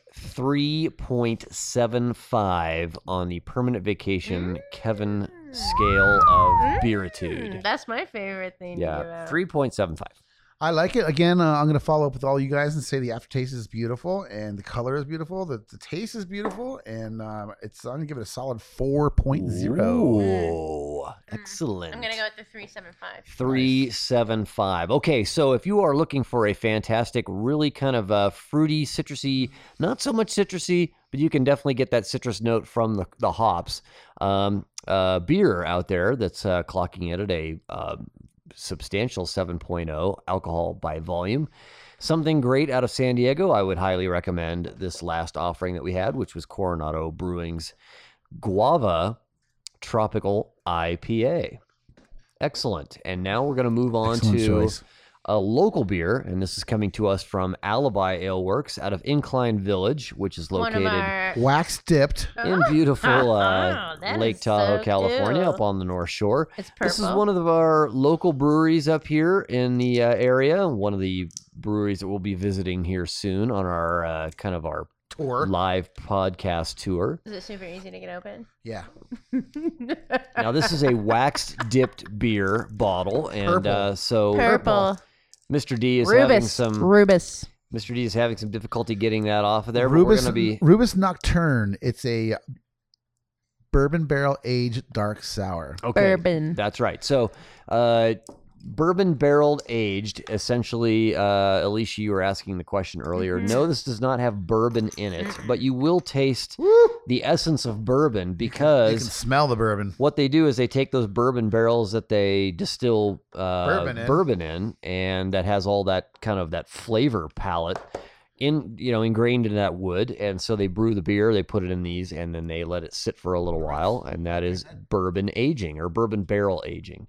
Speaker 2: 3.75 on the permanent vacation Kevin scale of beeritude.
Speaker 3: Hmm, that's my favorite thing. To give
Speaker 2: Yeah,
Speaker 3: out.
Speaker 2: three point seven five.
Speaker 4: I like it. Again, uh, I'm going to follow up with all you guys and say the aftertaste is beautiful and the color is beautiful. The, the taste is beautiful. And um, it's I'm going to give it a solid 4.0.
Speaker 2: Ooh, excellent.
Speaker 3: I'm gonna Hmm. go with the three seven five.
Speaker 2: Three seven five. Okay, so if you are looking for a fantastic, really kind of uh, fruity, citrusy, not so much citrusy, but you can definitely get that citrus note from the, the hops. Um, uh, beer out there that's uh, clocking in at a uh, substantial 7.0 alcohol by volume. Something great out of San Diego. I would highly recommend this last offering that we had, which was Coronado Brewing's Guava Tropical IPA. Excellent. And now we're going to move on
Speaker 4: Excellent
Speaker 2: to
Speaker 4: choice.
Speaker 2: a local beer, and this is coming to us from Alibi Ale Works out of Incline Village, which is
Speaker 3: One of Oh,
Speaker 2: located
Speaker 3: our.
Speaker 4: Wax dipped.
Speaker 2: in beautiful uh,
Speaker 3: Oh, that
Speaker 2: Lake
Speaker 3: is
Speaker 2: Tahoe,
Speaker 3: so
Speaker 2: California,
Speaker 3: cool.
Speaker 2: up on the North Shore.
Speaker 3: It's purple.
Speaker 2: This is one of the- our local breweries up here in the uh, area. One of the breweries that we'll be visiting here soon on our uh, kind of our
Speaker 4: Tour.
Speaker 2: live podcast tour.
Speaker 3: Is it super easy to get open?
Speaker 4: Yeah.
Speaker 2: Now, this is a waxed dipped beer bottle, and uh, so
Speaker 3: Purple.
Speaker 2: Mr. D is having
Speaker 3: Rubus.
Speaker 2: some
Speaker 3: Rubus.
Speaker 2: Mr. D is having some difficulty getting that off of there. But we're
Speaker 4: Rubus,
Speaker 2: going to be
Speaker 4: Rubus Nocturne. It's a bourbon barrel aged dark sour.
Speaker 2: okay.
Speaker 3: Bourbon.
Speaker 2: That's right. So, uh, bourbon barreled aged. Essentially, uh, Alicia, you were asking the question
Speaker 4: Mm-hmm.
Speaker 2: earlier. No, this does not have bourbon in it, but you will taste the essence of bourbon
Speaker 4: You can
Speaker 2: because
Speaker 4: smell the bourbon.
Speaker 2: what they do is they take those bourbon barrels that they distill uh,
Speaker 4: Bourbon
Speaker 2: bourbon,
Speaker 4: in.
Speaker 2: in. and that has all that kind of that flavor palette in you know ingrained in that wood and so they brew the beer they put it in these and then they let it sit for a little while and that is bourbon aging or bourbon barrel aging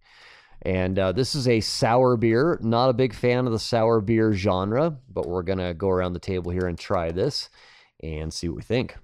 Speaker 2: and uh, this is a sour beer not a big fan of the sour beer genre but we're gonna go around the table here and try this and see what we think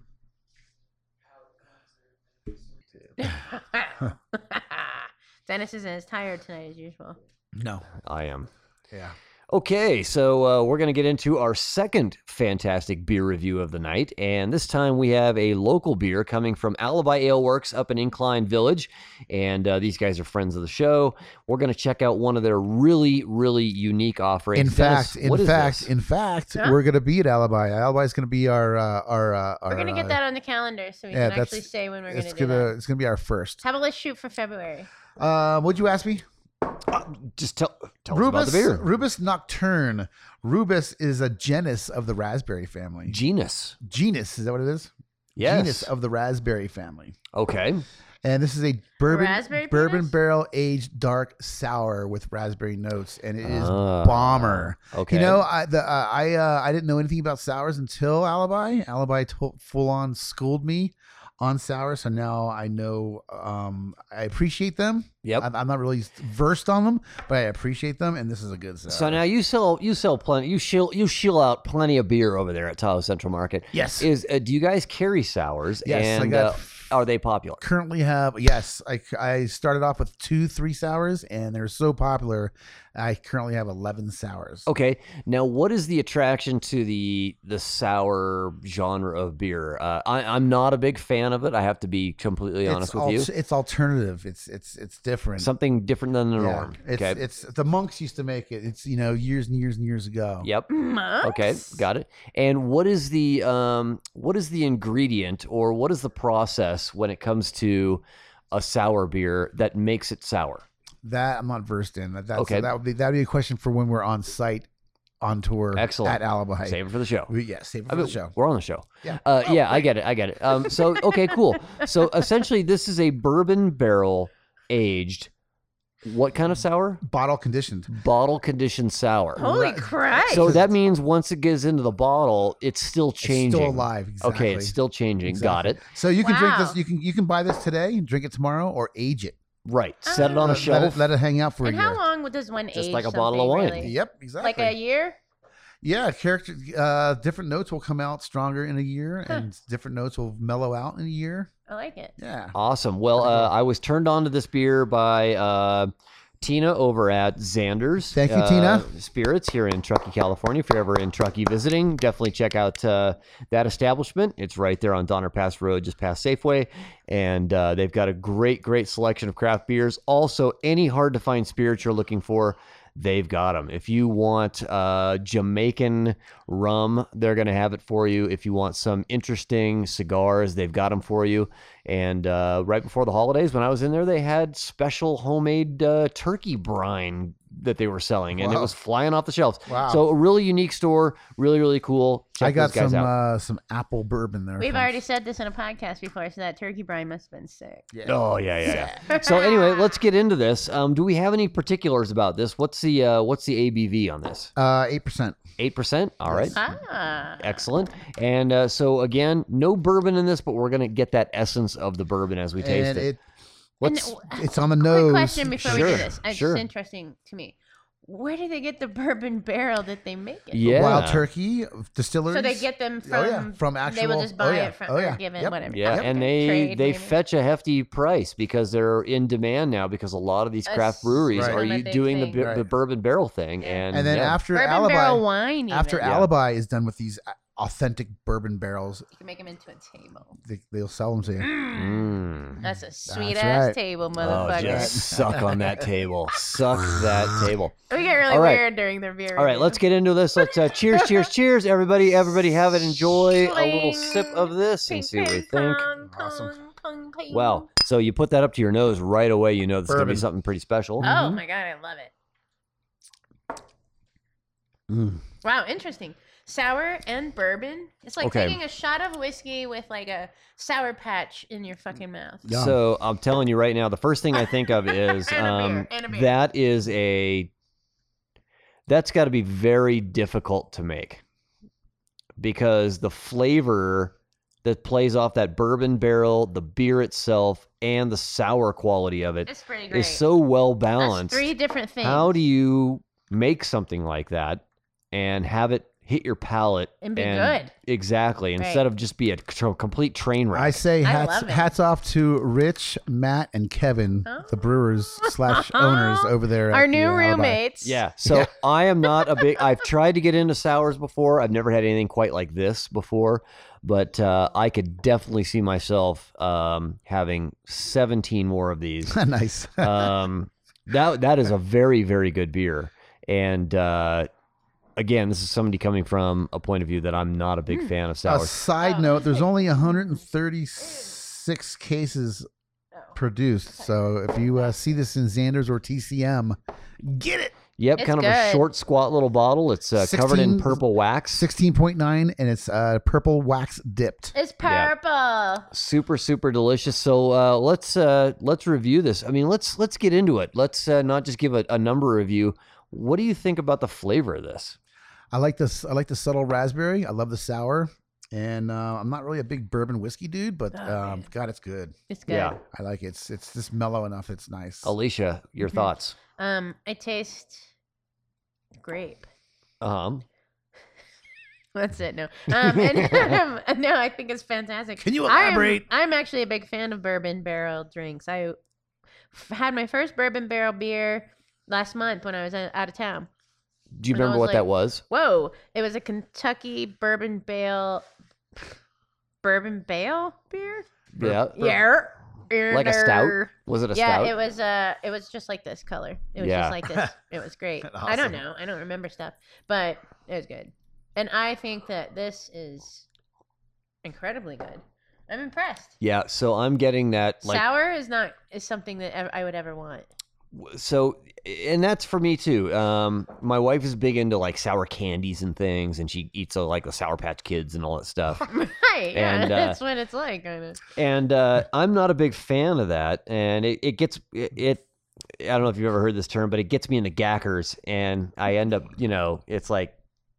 Speaker 3: Dennis isn't as tired tonight as usual.
Speaker 4: No.
Speaker 2: i am
Speaker 4: Yeah.
Speaker 2: Okay, so uh, we're going to get into our second fantastic beer review of the night. And this time we have a local beer coming from Alibi Ale Works up in Incline Village. And uh, these guys are friends of the show. We're going to check out one of their really, really unique offerings.
Speaker 4: In
Speaker 2: Dennis,
Speaker 4: fact, in
Speaker 2: what is
Speaker 4: fact,
Speaker 2: this?
Speaker 4: in fact,
Speaker 3: Huh?
Speaker 4: we're gonna be at Alibi. Alibi is gonna be our uh, our uh,
Speaker 3: We're gonna
Speaker 4: our,
Speaker 3: get
Speaker 4: uh,
Speaker 3: that on the calendar so we
Speaker 4: yeah,
Speaker 3: can actually
Speaker 4: that's-
Speaker 3: say when we're gonna
Speaker 4: It's
Speaker 3: do
Speaker 4: gonna
Speaker 3: that.
Speaker 4: it's gonna be our first.
Speaker 3: How about let's shoot for February?
Speaker 4: Uh, what'd you ask me?
Speaker 2: just tell, tell us about
Speaker 4: Rubus
Speaker 2: the beer.
Speaker 4: Rubus nocturne. Rubus is a genus of the raspberry family.
Speaker 2: Genus.
Speaker 4: genus is that what it is?
Speaker 2: Yes.
Speaker 4: Genus of the raspberry family.
Speaker 2: Okay.
Speaker 4: And this is a bourbon
Speaker 3: Raspberry
Speaker 4: bourbon
Speaker 3: penis?
Speaker 4: barrel aged dark sour with raspberry notes, and it is
Speaker 2: Ah,
Speaker 4: bomber.
Speaker 2: Okay.
Speaker 4: You know, I the uh, I uh, I didn't know anything about sours until Alibi. Alibi to- full on schooled me on sour, so now I know. Um, I appreciate them.
Speaker 2: Yep.
Speaker 4: I'm, I'm not really versed on them, but I appreciate them, and this is a good sour.
Speaker 2: So now you sell you sell plenty you shill you shill out plenty of beer over there at Tahoe Central Market.
Speaker 4: Yes.
Speaker 2: Is uh, do you guys carry sours?
Speaker 4: Yes, I
Speaker 2: and
Speaker 4: got-
Speaker 2: uh, are they popular?
Speaker 4: currently have yes I, I started off with two three sours and they're so popular i currently have 11 sours
Speaker 2: Okay. Now, what is the attraction to the the sour genre of beer? Uh, I, I'm not a big fan of it. I have to be completely honest
Speaker 4: it's
Speaker 2: with
Speaker 4: al-
Speaker 2: you.
Speaker 4: it's alternative it's it's it's different
Speaker 2: Something different than the
Speaker 4: Yeah.
Speaker 2: norm.
Speaker 4: it's
Speaker 2: okay.
Speaker 4: it's the monks used to make it it's you know years and years and years ago
Speaker 2: Yep. Okay, got it. And what is the um, what is the ingredient or what is the process when it comes to a sour beer that makes it sour?
Speaker 4: that i'm not versed in that that's,
Speaker 2: Okay.
Speaker 4: that would be that would be a question for when we're on site on tour
Speaker 2: Excellent.
Speaker 4: at alibi
Speaker 2: Save it for the show.
Speaker 4: we, yeah save it for
Speaker 2: I mean,
Speaker 4: the show
Speaker 2: We're on the show.
Speaker 4: Yeah. Oh,
Speaker 2: Uh, yeah, I get it. I get it. Um, so, okay, cool. So, essentially, this is a bourbon barrel aged, what kind of sour?
Speaker 4: bottle conditioned
Speaker 2: Bottle conditioned sour.
Speaker 4: Oh,
Speaker 3: Holy Christ!
Speaker 2: So, that means once it gets into the bottle, it's still changing.
Speaker 4: it's still alive exactly.
Speaker 2: Okay, it's still changing. Got it.
Speaker 4: so you can drink
Speaker 3: Wow.
Speaker 4: this you can you can buy this today drink it tomorrow or age it
Speaker 2: Right. Set it on a
Speaker 4: Ah. let, let
Speaker 2: shelf.
Speaker 4: it, let it hang out for
Speaker 3: and
Speaker 4: a year
Speaker 3: how long does one
Speaker 2: Just
Speaker 3: age?
Speaker 2: like a bottle of
Speaker 3: something,
Speaker 2: wine.
Speaker 3: really?
Speaker 4: Yep, exactly.
Speaker 3: Like a year?
Speaker 4: yeah, character uh different notes will come out stronger in a year and different notes will mellow out in a year.
Speaker 3: I like it.
Speaker 4: Yeah.
Speaker 2: Awesome. Well, uh, I was turned on to this beer by uh, Tina over at Xander's.
Speaker 4: Thank you,
Speaker 2: uh,
Speaker 4: Tina.
Speaker 2: Spirits here in Truckee, California. If you're ever in Truckee visiting, definitely check out uh, that establishment. It's right there on Donner Pass Road, just past Safeway. And uh, they've got a great, great selection of craft beers. Also, any hard to find spirits you're looking for. They've got them. If you want uh, Jamaican rum, they're going to have it for you. If you want some interesting cigars, they've got them for you. And uh, right before the holidays, when I was in there, they had special homemade uh, turkey brine that they were selling, and it
Speaker 4: Wow.
Speaker 2: was flying off the shelves.
Speaker 4: Wow.
Speaker 2: So a really unique store, really really cool. Check
Speaker 4: I got
Speaker 2: those guys
Speaker 4: some
Speaker 2: out.
Speaker 4: uh some apple bourbon there.
Speaker 3: We've
Speaker 4: folks.
Speaker 3: already said this in a podcast before, so that turkey brine must have been sick.
Speaker 2: Oh yeah, yeah. yeah. so anyway, let's get into this. Um, do we have any particulars about this? What's the uh, what's the ABV on this?
Speaker 4: uh 8%.
Speaker 2: Eight percent. All right.
Speaker 3: Ah.
Speaker 2: Excellent. And uh, so again, no bourbon in this, but we're gonna get that essence of the bourbon as we taste
Speaker 4: And
Speaker 2: it.
Speaker 4: it
Speaker 2: What's
Speaker 3: And-
Speaker 4: it's on the
Speaker 3: Quick
Speaker 4: nose.
Speaker 3: question before we do
Speaker 2: Sure,
Speaker 3: this. It's
Speaker 2: sure.
Speaker 3: interesting to me. Where do they get the bourbon barrel that they make it?
Speaker 2: yeah?
Speaker 4: Wild turkey distilleries.
Speaker 3: So they get them from,
Speaker 4: Oh, yeah, from
Speaker 3: They will
Speaker 4: actual-
Speaker 3: just
Speaker 4: oh,
Speaker 3: buy
Speaker 4: yeah,
Speaker 3: it from
Speaker 4: oh,
Speaker 3: or
Speaker 4: yeah,
Speaker 3: give it
Speaker 4: yep,
Speaker 3: whatever.
Speaker 2: Yeah,
Speaker 3: Okay,
Speaker 2: and they
Speaker 3: trade
Speaker 2: they
Speaker 3: maybe.
Speaker 2: fetch a hefty price because they're in demand now because a lot of these craft
Speaker 3: That's
Speaker 2: breweries
Speaker 4: Right.
Speaker 2: are
Speaker 3: one of
Speaker 2: you
Speaker 3: the
Speaker 2: doing the,
Speaker 3: things.
Speaker 2: bu- the
Speaker 4: Right.
Speaker 2: bourbon barrel thing and
Speaker 4: and then
Speaker 2: yeah.
Speaker 4: after
Speaker 3: bourbon
Speaker 4: alibi
Speaker 3: barrel wine.
Speaker 4: after
Speaker 3: even.
Speaker 4: alibi is done with these uh, authentic bourbon barrels,
Speaker 3: you can make them into a table.
Speaker 4: they, they'll sell them to you.
Speaker 2: Mm.
Speaker 3: That's a sweet
Speaker 4: That's
Speaker 3: ass
Speaker 4: right.
Speaker 3: table,
Speaker 2: Oh,
Speaker 3: motherfucker.
Speaker 2: just suck on that table. Suck that table.
Speaker 3: we get really
Speaker 2: All right.
Speaker 3: weird during the beer.
Speaker 2: All right,
Speaker 3: review.
Speaker 2: let's get into this. Let's uh, cheers, cheers, cheers, everybody. Everybody, have it. Enjoy a little sip of this and
Speaker 3: Ping,
Speaker 2: see what we
Speaker 3: ping,
Speaker 2: think.
Speaker 3: pong,
Speaker 4: Awesome.
Speaker 3: pong, pong, ping.
Speaker 2: Wow. So you put that up to your nose right away. You know this is gonna be
Speaker 4: Bourbon.
Speaker 2: something pretty special. Mm-hmm.
Speaker 3: Oh my god, I love it.
Speaker 2: Mm.
Speaker 3: Wow, interesting. Sour and bourbon. It's like
Speaker 2: Okay.
Speaker 3: taking a shot of whiskey with like a sour patch in
Speaker 2: Mm.
Speaker 3: your fucking mouth.
Speaker 4: Yum.
Speaker 2: So I'm telling you right now, the first thing I think of is
Speaker 3: And a beer,
Speaker 2: um,
Speaker 3: and a beer.
Speaker 2: that is a that's got to be very difficult to make because the flavor that plays off that bourbon barrel, the beer itself, and the sour quality of it
Speaker 3: It's pretty great.
Speaker 2: is so well
Speaker 3: That's
Speaker 2: balanced.
Speaker 3: three different things.
Speaker 2: How do you make something like that and have it hit your palate
Speaker 3: And be
Speaker 2: good? Exactly. Instead
Speaker 3: Right.
Speaker 2: of just be a c- complete train wreck.
Speaker 4: I say
Speaker 3: I
Speaker 4: hats,
Speaker 3: love it.
Speaker 4: hats off to Rich, Matt, and Kevin, the brewers slash owners over there. at
Speaker 3: Oh. Our
Speaker 4: the,
Speaker 3: new
Speaker 4: uh, Alibi.
Speaker 3: roommates.
Speaker 2: Yeah. So I am not a big. I've tried to get into sours before. I've never had anything quite like this before, but uh, I could definitely see myself um, having 17 more of these.
Speaker 4: nice.
Speaker 2: Um, that that is a very very good beer, and uh, again, this is somebody coming from a point of view that I'm not a big
Speaker 3: Hmm.
Speaker 2: fan of
Speaker 4: A
Speaker 2: sours.
Speaker 4: side note: There's only 136 cases
Speaker 3: Oh.
Speaker 4: produced. So if you uh, see this in Xander's or TCM, get it.
Speaker 2: Yep,
Speaker 3: It's
Speaker 2: kind of a
Speaker 3: good.
Speaker 2: short, squat little bottle. It's uh, covered in
Speaker 4: 16
Speaker 2: purple wax.
Speaker 4: 16.9, and it's uh, purple wax dipped.
Speaker 3: It's
Speaker 2: Yeah.
Speaker 3: purple.
Speaker 2: super super delicious so uh, let's uh, let's review this i mean let's let's get into it let's uh, not just give a, a number review what do you think about the flavor of this
Speaker 4: I like this. I like the subtle raspberry. I love the sour, and uh, I'm not really a big bourbon whiskey dude, but um, God, it's good.
Speaker 3: It's good.
Speaker 2: Yeah.
Speaker 4: I like it. It's it's just mellow enough. It's nice.
Speaker 2: alicia your thoughts
Speaker 3: Um, I taste grape.
Speaker 2: um
Speaker 3: That's it. No. Um, and, no, I think it's fantastic.
Speaker 4: Can you
Speaker 3: I am-
Speaker 4: elaborate?
Speaker 3: I'm, actually a big fan of bourbon barrel drinks. I f- had my first bourbon barrel beer last month when I was o- out of town.
Speaker 2: do you
Speaker 3: And I
Speaker 2: remember
Speaker 3: was
Speaker 2: what that
Speaker 3: like-
Speaker 2: was
Speaker 3: Whoa! It was a Kentucky bourbon bale, bourbon bale beer.
Speaker 2: yeah
Speaker 3: Yeah.
Speaker 2: like a stout was it a
Speaker 3: yeah,
Speaker 2: stout
Speaker 3: it was uh it was just like this color. It was
Speaker 2: Yeah.
Speaker 3: just like this. It was great. I
Speaker 4: Awesome.
Speaker 3: don't know. I don't remember stuff, but it was good. And I think that this is incredibly good. I'm impressed.
Speaker 2: yeah so i'm getting that like
Speaker 3: Sour is not is something that ev- I would ever want.
Speaker 2: w- so and that's for me too um my wife is big into like sour candies and things and she eats uh, like the sour patch kids and all that stuff
Speaker 3: Right. Yeah,
Speaker 2: And, uh,
Speaker 3: that's what it's like kind of.
Speaker 2: and uh, I'm not a big fan of that. And it, it gets it, it. I don't know if you've ever heard this term, but it gets me into gackers, and I end up, you know, it's like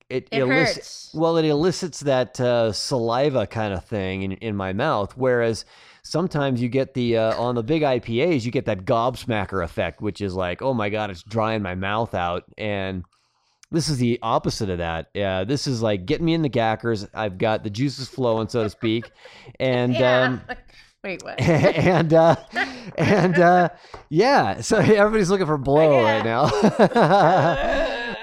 Speaker 2: it,
Speaker 3: It
Speaker 2: elicits.
Speaker 3: hurts.
Speaker 2: Well, it elicits that uh, saliva kind of thing in, in my mouth, whereas sometimes you get the uh, on the big IPAs, you get that gobsmacker effect, which is like, oh my god, it's drying my mouth out, and this is the opposite of that. Uh, this is like getting me in the gackers. I've got the juices flowing, so to speak, and
Speaker 3: yeah.
Speaker 2: um,
Speaker 3: Wait, what?
Speaker 2: and uh and uh yeah so everybody's looking for blow right now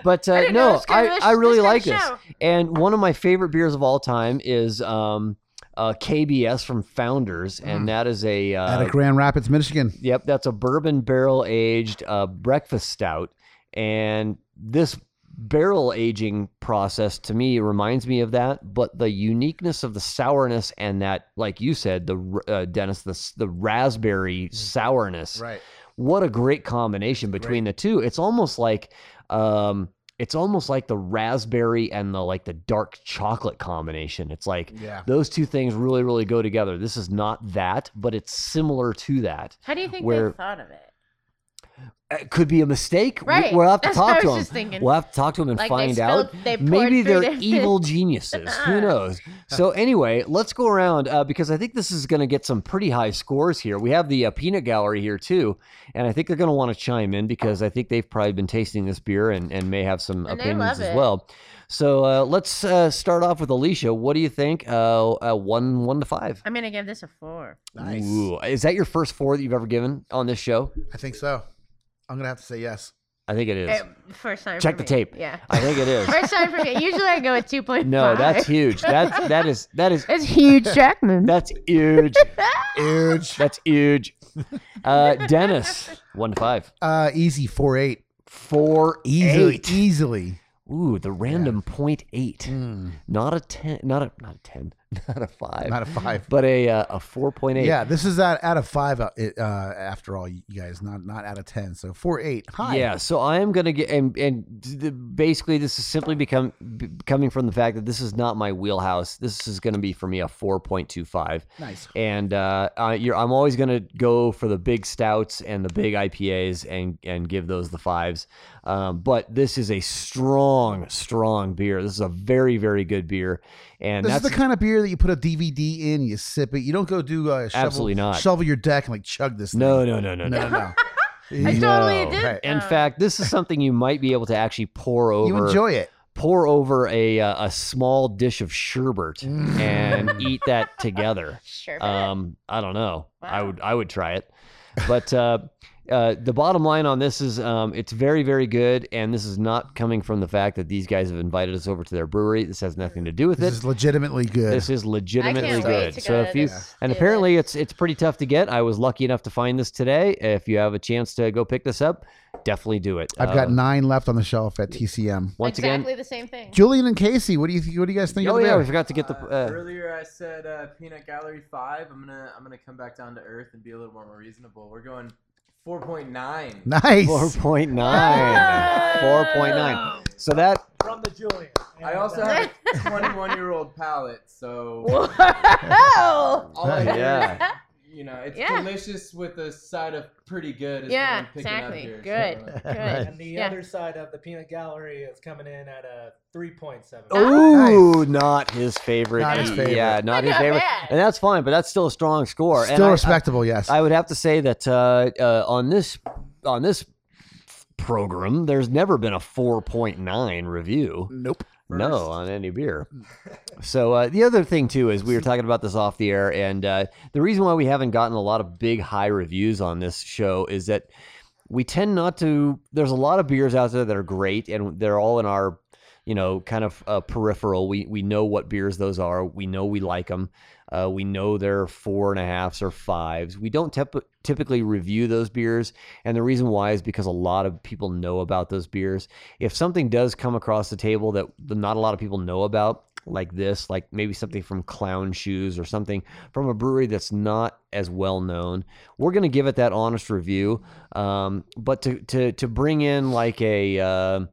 Speaker 2: but uh,
Speaker 3: didn't know
Speaker 2: no
Speaker 3: this kind
Speaker 2: I,
Speaker 3: of sh-
Speaker 2: I really
Speaker 3: this kind of
Speaker 2: like this
Speaker 3: show.
Speaker 2: and one of my favorite beers of all time is um uh kbs from founders and that is a uh
Speaker 4: Out of Grand Rapids, Michigan.
Speaker 2: Yep, that's a bourbon barrel aged uh, breakfast stout, and this barrel aging process to me reminds me of that. But the uniqueness of the sourness and that, like you said, the r- uh, Dennis, the s- the raspberry sourness.
Speaker 4: Right.
Speaker 2: What a great combination between the two. It's almost like. Um, it's almost like the raspberry and the like the dark chocolate combination. It's like
Speaker 4: Yeah.
Speaker 2: those two things really, really go together. This is not that, but it's similar to that
Speaker 3: How do you think
Speaker 2: where-
Speaker 3: they thought of it?
Speaker 2: it uh, could be a mistake. We-
Speaker 3: Right.
Speaker 2: We'll have to
Speaker 3: That's
Speaker 2: talk
Speaker 3: what I
Speaker 2: to
Speaker 3: was
Speaker 2: them.
Speaker 3: just thinking.
Speaker 2: We'll have to talk to them and
Speaker 3: Like, they
Speaker 2: find
Speaker 3: spilled-
Speaker 2: out.
Speaker 3: they poured
Speaker 2: Maybe
Speaker 3: through
Speaker 2: they're
Speaker 3: their-
Speaker 2: evil geniuses. Who knows? So anyway, let's go around uh, because I think this is going to get some pretty high scores here. We have the uh, peanut gallery here too, and I think they're going to want to chime in because I think they've probably been tasting this beer and, and may have some
Speaker 3: And they
Speaker 2: opinions
Speaker 3: love
Speaker 2: as
Speaker 3: it.
Speaker 2: well. So uh, let's uh, start off with Alicia. What do you think? Uh, uh, one one to five.
Speaker 3: I'm gonna give this a four.
Speaker 4: Nice.
Speaker 2: Ooh, is that your first four that you've ever given on this show?
Speaker 4: I think so. I'm gonna have to say yes.
Speaker 2: I think it is.
Speaker 3: Eh, first time.
Speaker 2: Check the
Speaker 3: for me.
Speaker 2: tape.
Speaker 3: Yeah.
Speaker 2: I think it is.
Speaker 3: First time for me. Usually I go with two point five.
Speaker 2: No, that's huge. That's that is that is
Speaker 3: It's huge, Jackman.
Speaker 2: that's huge.
Speaker 4: Huge.
Speaker 2: That's huge. Uh, Dennis, one to five,
Speaker 4: Uh, easy four eight.
Speaker 2: four
Speaker 4: Easily.
Speaker 2: eight.
Speaker 4: Easily. Mm.
Speaker 2: Ooh, the random point eight. Not a ten. Not a not a ten. not a five,
Speaker 4: Hmm, Not a five.
Speaker 2: but a uh, a four point eight.
Speaker 4: Yeah, this is out, out of five. Uh, it, uh, after all, you guys, not not out of ten. So four eight. Hi.
Speaker 2: Yeah, so I am gonna get and and d- d- basically this is simply become b- coming from the fact that this is not my wheelhouse. This is gonna be for me a four point two five.
Speaker 4: Nice.
Speaker 2: And uh, I, you're, I'm always gonna go for the big stouts and the big IPAs and and give those the fives. Um, but this is a strong, strong beer. This is a very, very good beer, and
Speaker 4: This is
Speaker 2: that's
Speaker 4: the kind of beer that you put a DVD in, you sip it. You don't go do uh, shovel,
Speaker 2: Absolutely not.
Speaker 4: shovel your deck and like chug this.
Speaker 2: no,
Speaker 4: thing.
Speaker 2: no, no, no, no.
Speaker 4: no, no.
Speaker 3: I
Speaker 4: You-
Speaker 3: totally
Speaker 2: No.
Speaker 3: did.
Speaker 4: Right.
Speaker 2: In
Speaker 3: though.
Speaker 2: fact, this is something you might be able to actually pour over.
Speaker 4: you enjoy it.
Speaker 2: pour over a uh, a small dish of sherbet and eat that together.
Speaker 3: Sure.
Speaker 2: Um, I don't know. I
Speaker 3: Wow.
Speaker 2: would I would try it, but uh, uh, the bottom line on this is um, it's very very good, and this is not coming from the fact that these guys have invited us over to their brewery. This has nothing to do with
Speaker 4: This
Speaker 2: it.
Speaker 4: is legitimately good.
Speaker 2: This is legitimately
Speaker 3: wait
Speaker 2: good.
Speaker 3: to
Speaker 2: so
Speaker 3: go
Speaker 2: if you
Speaker 3: to this
Speaker 2: and
Speaker 3: stupid-
Speaker 2: apparently it's it's pretty tough to get. I was lucky enough to find this today. If you have a chance to go pick this up, definitely do it.
Speaker 4: I've got
Speaker 2: Uh,
Speaker 4: nine left on the shelf at TCM.
Speaker 2: once
Speaker 3: exactly
Speaker 2: again.
Speaker 3: the same thing.
Speaker 4: Julian and Casey, what do you think? What do you guys think?
Speaker 2: Oh
Speaker 4: of the
Speaker 2: yeah,
Speaker 4: beer?
Speaker 2: we forgot to get the.
Speaker 5: Uh,
Speaker 2: Uh,
Speaker 5: earlier I said uh, Peanut Gallery five. I'm gonna I'm gonna come back down to earth and be a little more reasonable. We're going four point nine.
Speaker 4: nice.
Speaker 2: Four point nine. Four point nine. So that
Speaker 6: from the Julian.
Speaker 5: I also have a 21 year old palate, so
Speaker 3: Whoa!
Speaker 5: all I hear
Speaker 2: yeah.
Speaker 5: is, you know it's
Speaker 3: Yeah.
Speaker 5: delicious with a side of pretty good. Is
Speaker 3: Yeah,
Speaker 5: what I'm picking up
Speaker 3: exactly.
Speaker 5: here,
Speaker 3: Good.
Speaker 5: so-
Speaker 3: Good.
Speaker 6: And the
Speaker 3: Yeah.
Speaker 6: other side of the peanut gallery is coming in at a 3.7.
Speaker 5: Oh,
Speaker 2: Ooh, not his favorite.
Speaker 4: Not his
Speaker 2: E.
Speaker 4: favorite.
Speaker 2: Yeah, not his
Speaker 3: Not
Speaker 2: favorite.
Speaker 3: bad.
Speaker 2: And that's fine, but that's still a strong score. and
Speaker 4: Still
Speaker 2: I-
Speaker 4: respectable, yes.
Speaker 2: I, I would have to say that uh, uh, on this on this program, there's never been a 4.9 review.
Speaker 4: nope.
Speaker 2: No, on any beer. So uh, the other thing too is we were talking about this off the air, and uh, the reason why we haven't gotten a lot of big high reviews on this show is that we tend not to. There's a lot of beers out there that are great, and they're all in our, you know, kind of uh, peripheral. We we know what beers those are. We know we like them. Uh, we know they're four and a halfs or fives. We don't tep- typically review those beers, and the reason why is because a lot of people know about those beers. If something does come across the table that the- not a lot of people know about, like this, like maybe something from Clown Shoes or something from a brewery that's not as well known, we're gonna give it that honest review. Um, but to to to bring in like a um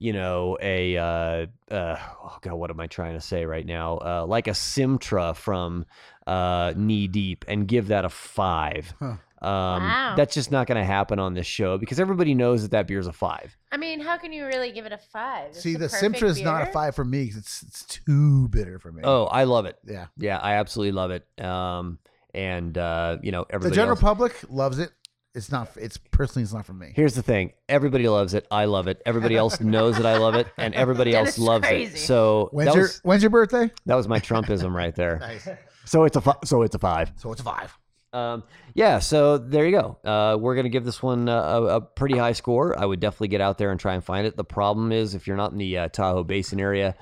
Speaker 2: you know, a uh, uh, oh god, what am I trying to say right now? Uh, like a Simtra from uh, Knee Deep, and give that a five.
Speaker 4: Huh.
Speaker 2: Um,
Speaker 3: Wow.
Speaker 2: That's just not going to happen on this show because everybody knows that that beer's a five.
Speaker 3: I mean, how can you really give it a five? It's
Speaker 4: See, the
Speaker 3: perfect
Speaker 4: Simtra is not a
Speaker 3: beer.
Speaker 4: five for me 'cause it's it's too bitter for me.
Speaker 2: Oh, I love it.
Speaker 4: yeah.
Speaker 2: Yeah, I absolutely love it. Um, and uh, you know,
Speaker 4: The
Speaker 2: everybody.
Speaker 4: general
Speaker 2: else-
Speaker 4: public loves it. It's not. It's personally, it's not for me.
Speaker 2: Here's the thing: everybody loves it. I love it. Everybody else knows that I love it, and everybody else
Speaker 3: That's
Speaker 2: loves it.
Speaker 3: crazy.
Speaker 2: So
Speaker 4: When's
Speaker 2: that
Speaker 4: your
Speaker 2: was
Speaker 4: When's your birthday?
Speaker 2: that was my Trumpism right there.
Speaker 4: Nice.
Speaker 2: So it's a fi- so it's a five.
Speaker 4: So it's a five.
Speaker 2: Um, yeah, so there you go. Uh, we're gonna give this one uh, a, a pretty high score. I would definitely get out there and try and find it. The problem is, if you're not in the uh, Tahoe Basin area,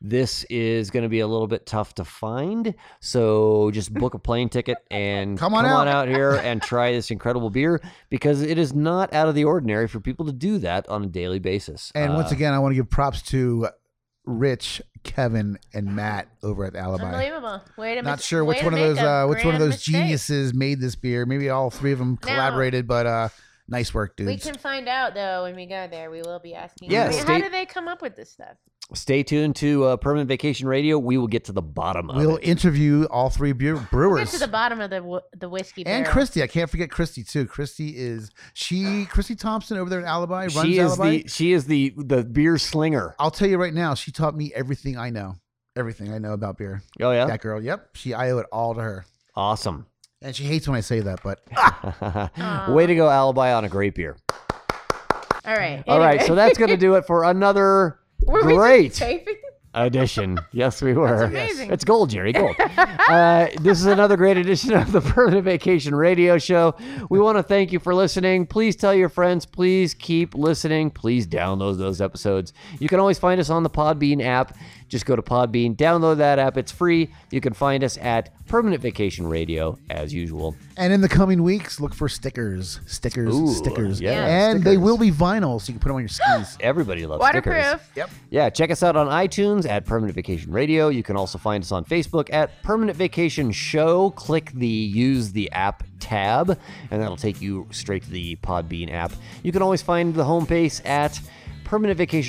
Speaker 2: this is gonna be a little bit tough to find. So just book a plane ticket and
Speaker 4: Come on out.
Speaker 2: here and try this incredible beer because it is not out of the ordinary for people to do that on a daily basis.
Speaker 4: And once
Speaker 2: Uh,
Speaker 4: again, I want to give props to Rich, Kevin, and Matt over at Alibi.
Speaker 3: Unbelievable. Way to
Speaker 4: Not
Speaker 3: mis-
Speaker 4: sure
Speaker 3: way
Speaker 4: which
Speaker 3: to
Speaker 4: one of
Speaker 3: make
Speaker 4: those
Speaker 3: a
Speaker 4: uh, which one of
Speaker 3: grand
Speaker 4: those
Speaker 3: mistake.
Speaker 4: geniuses made this beer. Maybe all three of them collaborated, but uh, nice work, dudes.
Speaker 3: We can find out though when we go there. We will be asking.
Speaker 2: Yeah,
Speaker 3: I mean,
Speaker 2: state-
Speaker 3: how do they come up with this stuff?
Speaker 2: stay tuned to uh, Permanent Vacation Radio. We will get to the bottom of
Speaker 4: We'll
Speaker 2: it.
Speaker 4: interview all three bre- brewers.
Speaker 3: Get to the bottom of the w- the whiskey.
Speaker 4: and
Speaker 3: barrel.
Speaker 4: Christy, I can't forget Christy too. Christy is she Christy Thompson over there at Alibi runs
Speaker 2: She is
Speaker 4: Alibi.
Speaker 2: the she is the the beer slinger.
Speaker 4: I'll tell you right now, she taught me everything I know, everything I know about beer.
Speaker 2: Oh yeah,
Speaker 4: That girl, yep, she I owe it all to her,
Speaker 2: awesome.
Speaker 4: and she hates when I say that, but
Speaker 2: Way to go, Alibi on a great beer.
Speaker 3: All right.
Speaker 2: All right,
Speaker 3: anyway.
Speaker 2: so that's going to do it for another
Speaker 3: Were we just
Speaker 2: great
Speaker 3: taping?
Speaker 2: edition. Yes, we were.
Speaker 3: amazing.
Speaker 2: It's gold, Jerry, gold. uh, this is another great edition of the Permanent Vacation Radio Show. We want to thank you for listening. Please tell your friends. Please keep listening. Please download those episodes. You can always find us on the Podbean app. Just go to Podbean, download that app. It's free. You can find us at Permanent Vacation Radio as usual.
Speaker 4: and in the coming weeks, look for stickers, stickers,
Speaker 2: Ooh,
Speaker 4: stickers,
Speaker 2: yeah,
Speaker 4: and they
Speaker 2: stickers.
Speaker 4: will be vinyl, so you can put them on your skis.
Speaker 2: Everybody loves stickers.
Speaker 3: Waterproof.
Speaker 4: yep.
Speaker 2: Yeah, check us out on iTunes, at Permanent Vacation Radio. You can also find us on Facebook at Permanent Vacation Show. Click the Use the App tab, and that'll take you straight to the Podbean app. You can always find the homepage at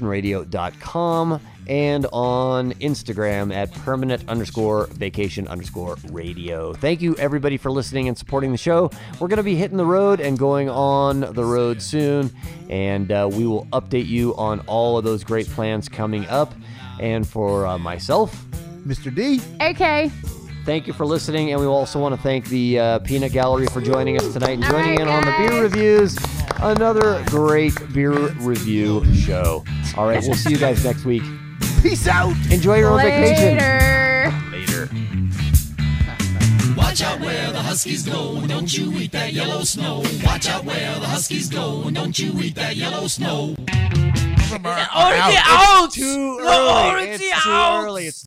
Speaker 2: permanentvacationradio.com and on Instagram at permanent underscore vacation underscore radio. Thank you everybody for listening and supporting the show. We're going to be hitting the road and going on the road soon, and uh, we will update you on all of those great plans coming up. And for uh, myself,
Speaker 4: Mr. D.
Speaker 3: Okay.
Speaker 2: Thank you for listening, and we also want to thank the uh, Peanut Gallery for joining us tonight and
Speaker 3: All
Speaker 2: joining
Speaker 3: right,
Speaker 2: in on the beer
Speaker 3: guys.
Speaker 2: reviews. Another great beer review show. All right, we'll see you guys next week.
Speaker 4: Peace out.
Speaker 2: Enjoy your own vacation.
Speaker 3: Later.
Speaker 1: Watch out where the huskies go, and don't you eat that yellow snow. Watch out where the huskies go, and don't you eat that yellow snow.
Speaker 4: Out.
Speaker 2: Too early. It's too early. It's